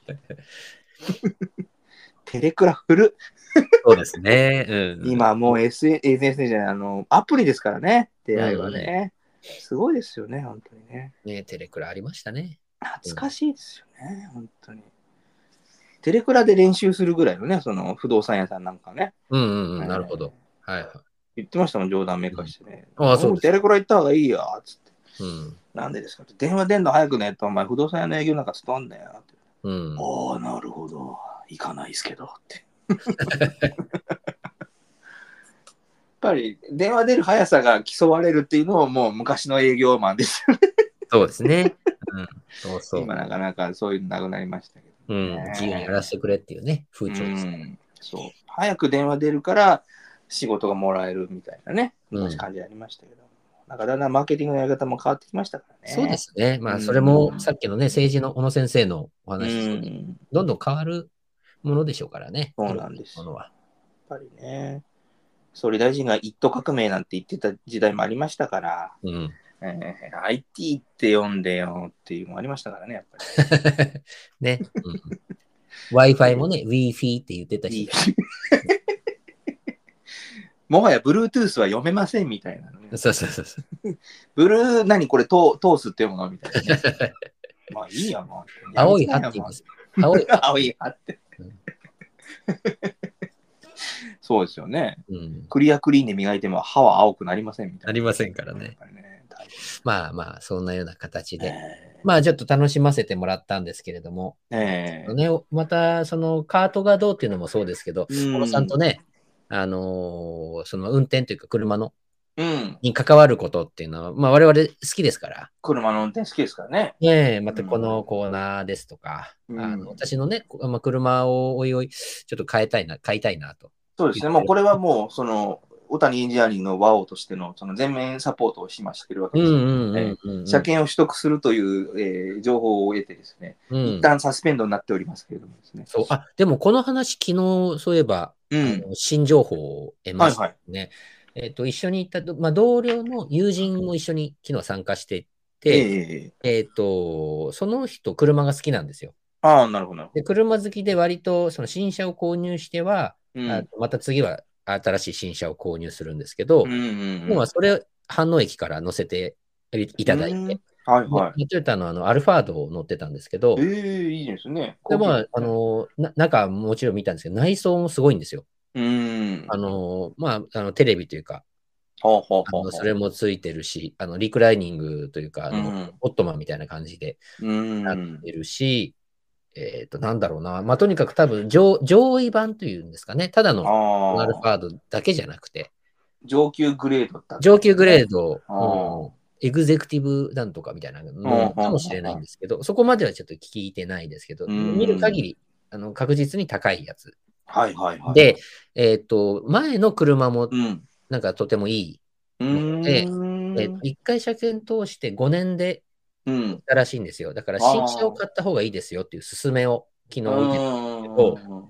Speaker 3: テレクラフル。
Speaker 1: そうですね。うん、
Speaker 3: 今もう SN SNS じゃない、あの、アプリですからね。出会いはね。すごいですよね、本当にね。
Speaker 1: ね、テレクラありましたね。
Speaker 3: 懐かしいですよね、本当に。テレクラで練習するぐらいのね、その不動産屋さんなんかね。
Speaker 1: うんうんうん、なるほど。。はいはい。
Speaker 3: 言ってましたもん、冗談めかしてね。
Speaker 1: ああ、そうです。
Speaker 3: テレクラ行った方がいいよ、つって。
Speaker 1: うん。
Speaker 3: なんでですかって電話出んの早くねと、お前不動産屋の営業なんかしとんだよって。
Speaker 1: うん、
Speaker 3: ああ、なるほど。行かないですけ どって。やっぱり電話出る速さが競われるっていうのももう昔の営業マンですよ。
Speaker 1: そうですね。 うん、そうそう
Speaker 3: 今。なかなかそういうのなくなりましたけど。
Speaker 1: うん、自由にやらせてくれっていうね、風潮です。
Speaker 3: ん、そう。早く電話出るから仕事がもらえるみたいなね、
Speaker 1: うん
Speaker 3: 感じありましたけど。なんかだんだんマーケティングのやり方も変わってきましたからね。
Speaker 1: そうで。すね。ま
Speaker 3: う
Speaker 1: あ、
Speaker 3: ん
Speaker 1: それもさっきのね、政治の小野先生のお
Speaker 3: う
Speaker 1: 話ですけど、
Speaker 3: ん。
Speaker 1: どんどん変わるものでしょうからね。
Speaker 3: そうなんです
Speaker 1: ものは。
Speaker 3: やっぱりね、総理大臣が一党革命なんて言ってた時代もありましたから、
Speaker 1: うん。
Speaker 3: えー IT って読んでよっていうのもありましたからね、やっぱ
Speaker 1: ね。うん Wi-Fi もね、Wi-Fi って言ってた
Speaker 3: り。いい
Speaker 1: し、
Speaker 3: もはや Bluetooth は読めませんみたいなのね。
Speaker 1: そうそうそうそう。
Speaker 3: ブルー、何これ、トースって読むのみたいなね、 まあいいや、もう。
Speaker 1: 青い歯って言います。青い、
Speaker 3: 青い歯って
Speaker 1: うん。
Speaker 3: そうですよね。
Speaker 1: うん、
Speaker 3: クリアクリーンで磨いても歯は青くなりませんみたいな。
Speaker 1: なりませんからね
Speaker 3: やっぱりね。大変です
Speaker 1: まあまあ、そんなような形で。
Speaker 3: ね
Speaker 1: まあ、ちょっと楽しませてもらったんですけれども、
Speaker 3: ええ
Speaker 1: ね、また、そのカートがどうっていうのもそうですけど、
Speaker 3: 小
Speaker 1: 小野さんとね、あのーその運転というか車の
Speaker 3: うん、
Speaker 1: に関わることっていうのは、まあ我々好きですから、
Speaker 3: 車の運転好きですからね。
Speaker 1: ねえ、またこのコーナーですとか、
Speaker 3: うん
Speaker 1: あの私のね、こまあ、車をおいおい、ちょっと変えたいな、買いたいなと。
Speaker 3: そうですね、もうこれはもう、その、小谷エンジニアリングの和王としてのその全面サポートをしましてるわけ
Speaker 1: うん
Speaker 3: です。
Speaker 1: うんう
Speaker 3: え
Speaker 1: んうん、うん。
Speaker 3: 車検を取得するという、えー情報を得てですね、
Speaker 1: う
Speaker 3: 一
Speaker 1: ん、
Speaker 3: 旦サスペンドになっておりますけれどもですね。
Speaker 1: そう。あ、でもこの話、昨日、そういえば、
Speaker 3: う
Speaker 1: あ
Speaker 3: ん。
Speaker 1: の新情報を得
Speaker 3: は
Speaker 1: ま
Speaker 3: い
Speaker 1: した
Speaker 3: はい。
Speaker 1: ね。えっ、と、一緒に行ったど、まあ、同僚の友人も一緒に昨日参加してい
Speaker 3: え
Speaker 1: て、
Speaker 3: え
Speaker 1: えっ、と、その人、車が好きなんですよ。
Speaker 3: ああ、なるほど、なるほ
Speaker 1: で、車好きで割と、その新車を購入しては、
Speaker 3: ど。うん。
Speaker 1: あまた次は新しい新車を購入するんですけど、
Speaker 3: うんうんうん
Speaker 1: 今はそれを飯能駅から乗せていいただいて、
Speaker 3: うん
Speaker 1: で
Speaker 3: はいはい。
Speaker 1: トヨタのあのアルファードを乗ってたんですけど、
Speaker 3: ええいいですね。
Speaker 1: でまあ、あ、のな中はもちろん見たんですけど、内装もすごいんですよ。
Speaker 3: うん。
Speaker 1: あ、のまあ、あのテレビというか、
Speaker 3: ほうほう
Speaker 1: あ
Speaker 3: ほう
Speaker 1: の
Speaker 3: ほう。
Speaker 1: それもついてるし、あのリクライニングというか、あ
Speaker 3: う
Speaker 1: の
Speaker 3: ん。
Speaker 1: オットマンみたいな感じで
Speaker 3: うん。
Speaker 1: なってるし、えっ、と、なんだろうな、まあ、とにかく多分上上位版というんですかね、ただの
Speaker 3: あ
Speaker 1: アルフ
Speaker 3: あ、
Speaker 1: ァードだけじゃなくて、
Speaker 3: 上級グレードだった。
Speaker 1: 上級グレード、
Speaker 3: あ
Speaker 1: うんエグゼクティブなんとかみたいなのかもしれないんですけど、そこまではちょっと聞いてないですけど、
Speaker 3: うん
Speaker 1: 見る限り、あの確実に高いやつ。
Speaker 3: はいはいはい。、
Speaker 1: で、えっ、と、前の車も
Speaker 3: うん。
Speaker 1: なんかとてもいい。
Speaker 3: うん。
Speaker 1: でえー一回車検通して5年で
Speaker 3: うん。
Speaker 1: たらしいんですよ。だから新車を買った方がいいですよっていう勧めを昨日受けて、
Speaker 3: うん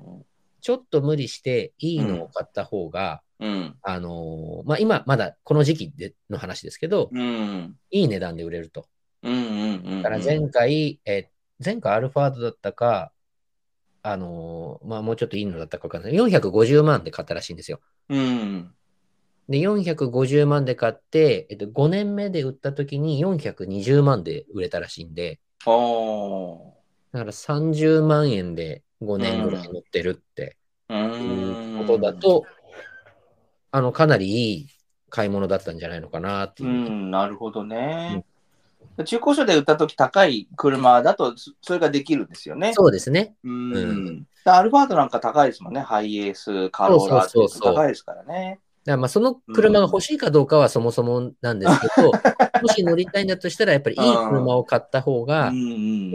Speaker 1: ちょっと無理していいのを買った方が、
Speaker 3: うん。
Speaker 1: あのーまあ、今、まだこの時期での話ですけど、
Speaker 3: うん。
Speaker 1: いい値段で売れると。
Speaker 3: うん。うん。うん。
Speaker 1: だから前回、えー前回アルファードだったか、あのーまあ、もうちょっといいのだったかわかんない。450万で買ったらしいんですよ。
Speaker 3: うん。
Speaker 1: で、450万で買って、えっと、5年目で売った時に420万で売れたらしいんで、
Speaker 3: おー。
Speaker 1: だから30万円で5年ぐらい乗ってるって
Speaker 3: う
Speaker 1: い
Speaker 3: ー。
Speaker 1: うんことだと、あの、かなりいい買い物だったんじゃないのかなって
Speaker 3: う
Speaker 1: いう。
Speaker 3: ん、なるほどね。中古車で売ったとき高い車だとそ、それができるんですよね。
Speaker 1: そうですね。
Speaker 3: う。
Speaker 1: うん
Speaker 3: でアルファードなんか高いですもんね。ハイエース、カローラって
Speaker 1: そうそうそうそう
Speaker 3: 高いですからね。
Speaker 1: だからまあその車が欲しいかどうかはそもそもなんですけど、もし乗りたいんだとしたら、やっぱりいい車を買った方が、い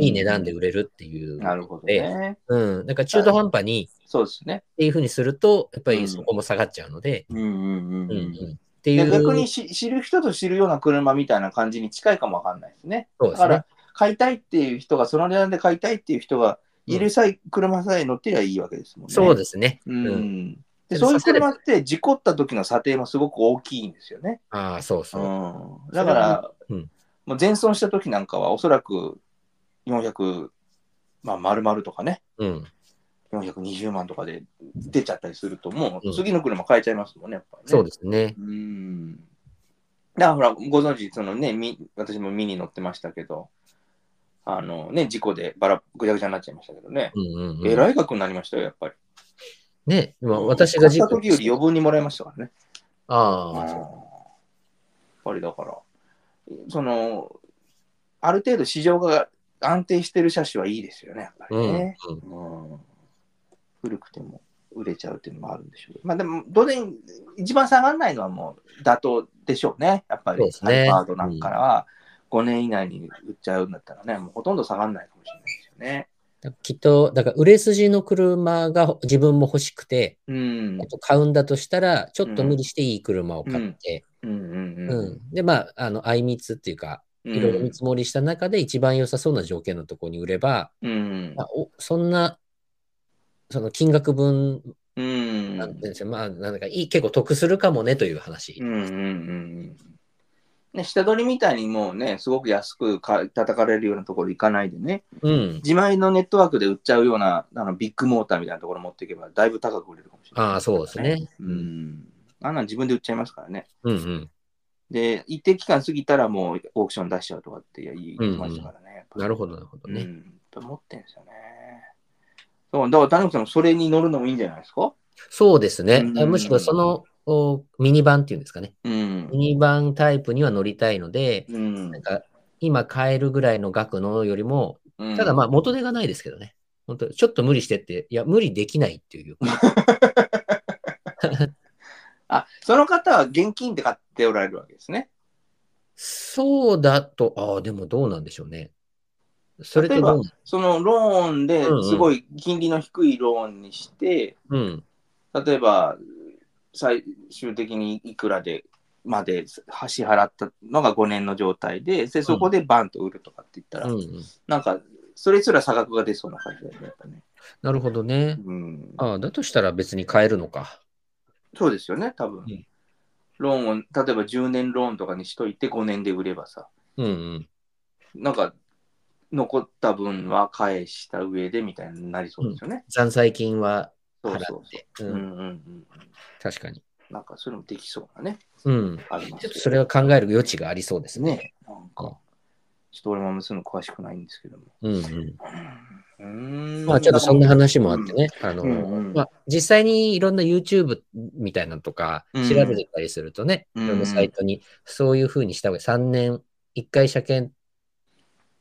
Speaker 3: い
Speaker 1: い値段で。売れるっていう。
Speaker 3: なるほどね。
Speaker 1: うん。だから中途半端に
Speaker 3: そうですね。
Speaker 1: っていうふうにすると、やっぱりそこも下がっちゃうので、
Speaker 3: うんうん
Speaker 1: う
Speaker 3: うん。
Speaker 1: うんん。ってい
Speaker 3: で
Speaker 1: う。
Speaker 3: 逆にし知る人と知るような車みたいな感じに近いかもわかんないですね。
Speaker 1: そう
Speaker 3: だ
Speaker 1: で
Speaker 3: か
Speaker 1: すね
Speaker 3: ら。、買いたいっていう人が、その値段で買いたいっていう人がいるさえ、車さえ乗ってりゃいいわけですもんね。
Speaker 1: そうですね。
Speaker 3: うん
Speaker 1: ん
Speaker 3: でそういう車って事故った時の査定もすごく大きいんですよね。
Speaker 1: ああ、そうそう。
Speaker 3: うん、だ
Speaker 1: そ
Speaker 3: から、
Speaker 1: れはうん
Speaker 3: もう全損した時なんかはおそらく400、まあ、丸々とかね、
Speaker 1: うん。
Speaker 3: 420万とかで出ちゃったりすると、も
Speaker 1: う
Speaker 3: うん次の車買えちゃいますもんね、やっぱりね。
Speaker 1: そうですね。
Speaker 3: うん。だからほら、ご存知、そのね、み私もミニ乗ってましたけど、あのね、事故でバラぐちゃぐちゃになっちゃいましたけどね。
Speaker 1: うんうんうん、
Speaker 3: えらい額になりましたよ、やっぱり。
Speaker 1: ね、今私が
Speaker 3: 買った時より余分にもらいましたからね。
Speaker 1: ああ、
Speaker 3: や
Speaker 1: そう
Speaker 3: っぱりだから、その、ある程度市場が安定してる車種はいいですよね、やっぱり
Speaker 1: うん
Speaker 3: ね。うん古くても売れちゃうっていうのもあるんでしょうけど。まあでも、当然、一番下がらないのはもう妥当でしょうね。やっぱ
Speaker 1: そう
Speaker 3: り
Speaker 1: で、す
Speaker 3: ア
Speaker 1: ね
Speaker 3: ルファードなんかは5年以内に売っちゃうんだったらね、もうほとんど下がらないかもしれないですよね。
Speaker 1: うんきっと、だから売れ筋の車が自分も欲しくて、
Speaker 3: うん
Speaker 1: あ。と買うんだとしたら、ちょっと無理していい車を買って、
Speaker 3: うんうん
Speaker 1: うんで、まあ、あの、相密っていうか、
Speaker 3: うん。
Speaker 1: いろいろ見積もりした中で一番良さそうな条件のところに売れば、
Speaker 3: うん
Speaker 1: まあ、おそんな、その金額分、
Speaker 3: うん。
Speaker 1: なんていうんですよ、まあ、なんだかいい、結構得するかもねという話。
Speaker 3: うんうんうんうんね、下取りみたいにもうね、すごく安くか叩かれるようなところ行かないでね、
Speaker 1: うん。
Speaker 3: 自前のネットワークで売っちゃうようなあのビッグモーターみたいなところ持っていけば、だいぶ高く売れるかもしれない、
Speaker 1: ああ、そうです。ね。
Speaker 3: う
Speaker 1: うん
Speaker 3: ん。あんなん自分で売っちゃいますからね。
Speaker 1: うんうん。
Speaker 3: で、一定期間過ぎたらもうオークション出しちゃうとかって言いましたからね。
Speaker 1: なる
Speaker 3: ほ
Speaker 1: ほど、なるほど
Speaker 3: ね。う
Speaker 1: ね。
Speaker 3: ん。やっぱ持ってんですよね。そう、だから田中さんもそれに乗るのもいいんじゃないですか
Speaker 1: そうですね。
Speaker 3: うん
Speaker 1: むしろそのおミニバンっていうんですかね。
Speaker 3: うん
Speaker 1: ミ。ニバンタイプには乗りたいので、
Speaker 3: うん
Speaker 1: なんか今買えるぐらいの額のよりも、
Speaker 3: うん
Speaker 1: ただまあ元手がないですけどね。本当ちょっと無理してって、いや、無理できないっていう。
Speaker 3: あ、その方は現金で買っておられるわけですね。
Speaker 1: そうだと、ああ、でもどうなんでしょうね。それっ
Speaker 3: 例
Speaker 1: て
Speaker 3: えば
Speaker 1: どう
Speaker 3: そのローンで
Speaker 1: うんうん
Speaker 3: すごい金利の低いローンにして、
Speaker 1: うん。
Speaker 3: 例えば最終的にいくらでまで支払ったのが5年の状態で、でそこでバンと売るとかって言った
Speaker 1: う
Speaker 3: ら、
Speaker 1: んうん、
Speaker 3: なんかそれすら差額が出そうな感じだよね。やっぱね
Speaker 1: なるほどね。
Speaker 3: うん、
Speaker 1: ああ、だとしたら別に買えるのか。
Speaker 3: そうですよね、多分、
Speaker 1: うん
Speaker 3: ローンを、例えば10年ローンとかにしといて5年で売ればさ、
Speaker 1: うんうん。
Speaker 3: なんか残った分は返した上でみたいになりそうですよね。
Speaker 1: 残債金は
Speaker 3: そ
Speaker 1: 払
Speaker 3: うそう
Speaker 1: っ
Speaker 3: そう
Speaker 1: て。
Speaker 3: うん
Speaker 1: う
Speaker 3: うん
Speaker 1: ん、
Speaker 3: うんうん。
Speaker 1: 確かに。
Speaker 3: なんかそれもできそうなね、
Speaker 1: うん。
Speaker 3: ありま
Speaker 1: ち
Speaker 3: す
Speaker 1: ょっとそれは考える余地がありそうですね。
Speaker 3: ね。なんか、ちょっと俺もそういうの詳しくないんですけども。
Speaker 1: うんうん。
Speaker 3: うーん
Speaker 1: まあちょっとそんな話もあってね、あの、
Speaker 3: うんうん
Speaker 1: まあ実際にいろんな YouTube みたいなのとか
Speaker 3: うん
Speaker 1: 調べてたりするとね、
Speaker 3: うん
Speaker 1: いろんなサイトにそういうふうにした方が3年1回車検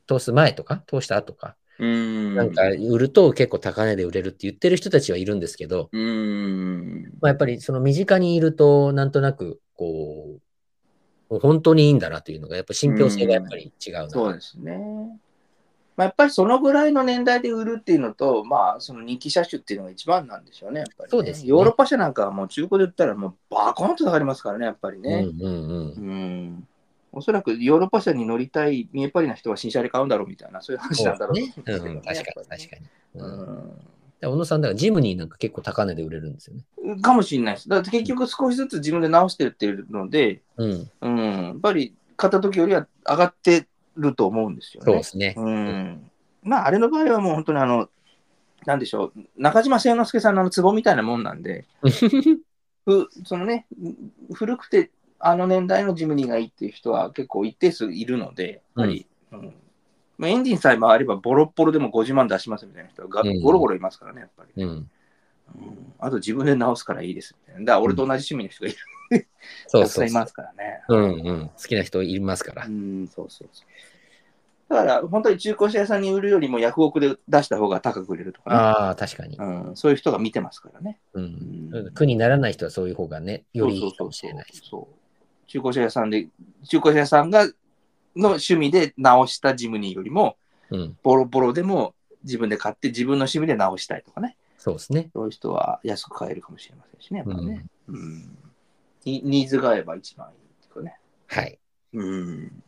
Speaker 1: 通す前とか通した後か、
Speaker 3: うーん。
Speaker 1: なんか売ると結構高値で売れるって言ってる人たちはいるんですけど、
Speaker 3: うーん。
Speaker 1: まあやっぱりその身近にいるとなんとなくこう、本当にいいんだなというのが、やっぱ信憑性がやっぱり違うな。
Speaker 3: そうですね。まあ、やっぱりそのぐらいの年代で売るっていうのと、まあ、その人気車種っていうのが一番なんでしょうね、やっぱり、ね。
Speaker 1: そうですね
Speaker 3: ヨーロッパ車なんかはもう中古で売ったらもうバコンと下がりますからね、やっぱりね。
Speaker 1: うんうんうん
Speaker 3: う。ん。おそらくヨーロッパ車に乗りたい見えっぱりな人は新車で買うんだろうみたいな、そういう話なんだろうと思うんですけど
Speaker 1: ね。うん、確かに確かに。
Speaker 3: う
Speaker 1: うん
Speaker 3: ん
Speaker 1: ら小野さん、だからジムニーなんか結構高値で売れるんですよね。
Speaker 3: かもしれないです。だから結局少しずつ自分で直してるっていうので、
Speaker 1: うん。
Speaker 3: うん、やっぱり買った時よりは上がってると思うんですよ
Speaker 1: そう
Speaker 3: ね
Speaker 1: で。すね。
Speaker 3: うん。まあ、あれの場合はもう本当にあの、なんでしょう、中島清之助さんのあのツボみたいなもんな んで、ふそのね、古くてあの年代のジムニーがいいっていう人は結構一定数いるので、やっぱり、うんまあ、エンジンさえ回ればボロッボロでも50万出しますみたいな人が
Speaker 1: うん
Speaker 3: ゴロゴロいますからね、やっぱり。
Speaker 1: うん。
Speaker 3: うんあと自分で直すからいいですみたいな。だから俺と同じ趣味の人がいる
Speaker 1: そう
Speaker 3: たくさ
Speaker 1: そ
Speaker 3: ん
Speaker 1: う
Speaker 3: い
Speaker 1: そ
Speaker 3: ま
Speaker 1: う。
Speaker 3: すからね。
Speaker 1: うんうん。好きな人いますから
Speaker 3: う。ん、そうそうそう。だから本当に中古車屋さんに売るよりもヤフオクで出した方が高く売れるとか、ね
Speaker 1: ああ、確かに。
Speaker 3: うん、そういう人が見てますからね。
Speaker 1: うん
Speaker 3: うん。
Speaker 1: 苦にならない人はそういう方がね、よりいいかもしれないです。
Speaker 3: そうそうそうそう中古車屋さんで、中古車屋さんがの趣味で直したジムニーよりも、
Speaker 1: うん。
Speaker 3: ボロボロでも自分で買って自分の趣味で直したいとかね。
Speaker 1: そうですね。
Speaker 3: そういう人は安く買えるかもしれませんしね、やっぱりね。うんニニーズが合えば一番いいっていうかね。
Speaker 1: はい。
Speaker 3: うん。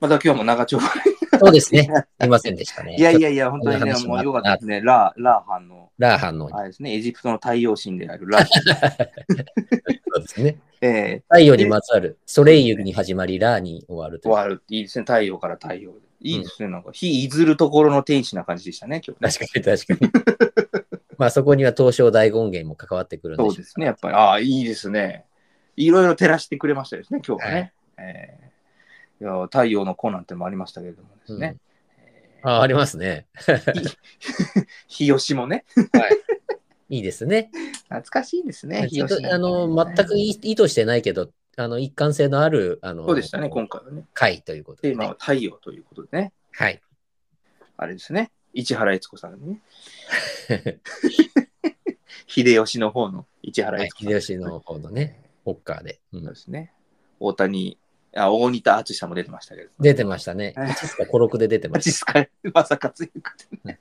Speaker 3: また今日も長丁場
Speaker 1: そうですね。すいませんでしたね。
Speaker 3: いやいやいや、本当に
Speaker 1: こん
Speaker 3: ね
Speaker 1: な、話
Speaker 3: も
Speaker 1: もあ
Speaker 3: う
Speaker 1: った
Speaker 3: よかったですね。ラー、ラーハンの、
Speaker 1: ラーハンの。
Speaker 3: あれですね、エジプトの太陽神であるラーハン。
Speaker 1: そうですね。
Speaker 3: え
Speaker 1: 太陽にまつわる、ソレイユに始まり、ラーに終わる
Speaker 3: ー、
Speaker 1: と
Speaker 3: 終
Speaker 1: いう。
Speaker 3: わるっていいですね、太陽から太陽で。いいですね、なんか、日いずるところの天使な感じでしたね、今日ね。
Speaker 1: 確かに確かに。 まあそこには東証大権現も関わってくるんでしょ
Speaker 3: そうですね、やっぱり。ああ、いいですね。いろいろ照らしてくれましたですね、今日はね。えーいや太陽の子なんてのもありましたけれどもです
Speaker 1: う
Speaker 3: ね。
Speaker 1: んあありますね。
Speaker 3: 日吉もね、
Speaker 1: いいですね。
Speaker 3: 懐かしいですね、
Speaker 1: ち
Speaker 3: 日
Speaker 1: ょっと
Speaker 3: 吉な
Speaker 1: あ
Speaker 3: んてね、
Speaker 1: の全く意意図してないけど、あの一貫性のあるあの
Speaker 3: そうでしたね、今回はね。
Speaker 1: 回ということ
Speaker 3: テ
Speaker 1: で、
Speaker 3: ーマは
Speaker 1: ね。
Speaker 3: 太陽ということでね、
Speaker 1: はい。
Speaker 3: あれですね、市原悦子さん にね、秀吉の方の市原
Speaker 1: はい
Speaker 3: 悦子さん、
Speaker 1: 秀吉の方のね、ホッカーで。う
Speaker 3: そうんですね。大谷、あ、大仁田淳さんも出てましたけど。
Speaker 1: 出てましたね。
Speaker 3: はい
Speaker 1: いつかコロクで出てま
Speaker 3: マジ
Speaker 1: し
Speaker 3: っすかまさかつゆくてね。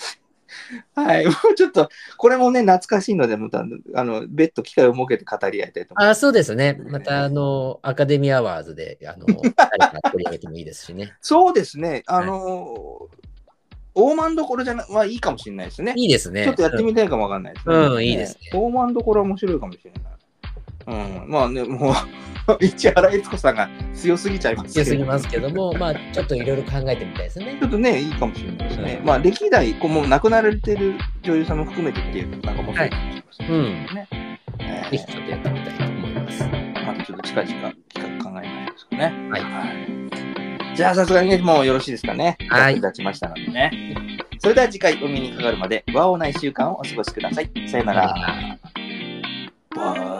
Speaker 3: はい、もうちょっと、これもね、懐かしいので、また、あの、別途機会を設けて語り合いたいと思い
Speaker 1: た。
Speaker 3: ま
Speaker 1: あそうですね。また、あの、アカデミーアワーズで、あ の、誰か取り上げてもいいですしね。
Speaker 3: す。そうですね、あの大間どころじゃな、はいいかもしれないですね。
Speaker 1: いいですね。
Speaker 3: ちょっとやって
Speaker 1: うん
Speaker 3: みたいかもわかんないです
Speaker 1: うんうんいいですね
Speaker 3: 大間どころは面白いかもしれない。うん、まあね、もう、 市原悦子さんが強すぎちゃいます
Speaker 1: 強
Speaker 3: けど
Speaker 1: すぎますけども、まあ、ちょっといろいろ考えてみたいですね
Speaker 3: ちょ。っとね、いいかもしれないですね。
Speaker 1: うん
Speaker 3: まあ、歴代、こうもう亡くなられてる女優さんも含めてっていうのもなんか面白いかもしれません
Speaker 1: う
Speaker 3: ね。
Speaker 1: ん。
Speaker 3: えー
Speaker 1: ぜひちょっとやってみたいと思います。
Speaker 3: またちょっと近々企画考えましょうですかね。
Speaker 1: はい
Speaker 3: はいじゃあ、さすがにね、もうよろしいですかね。
Speaker 1: はい
Speaker 3: 立ちましたのでね。それでは次回お目にかかるまで、和をない週間をお過ごしください。さよなら。
Speaker 1: さよなら
Speaker 3: バ
Speaker 2: Oh.
Speaker 3: イ。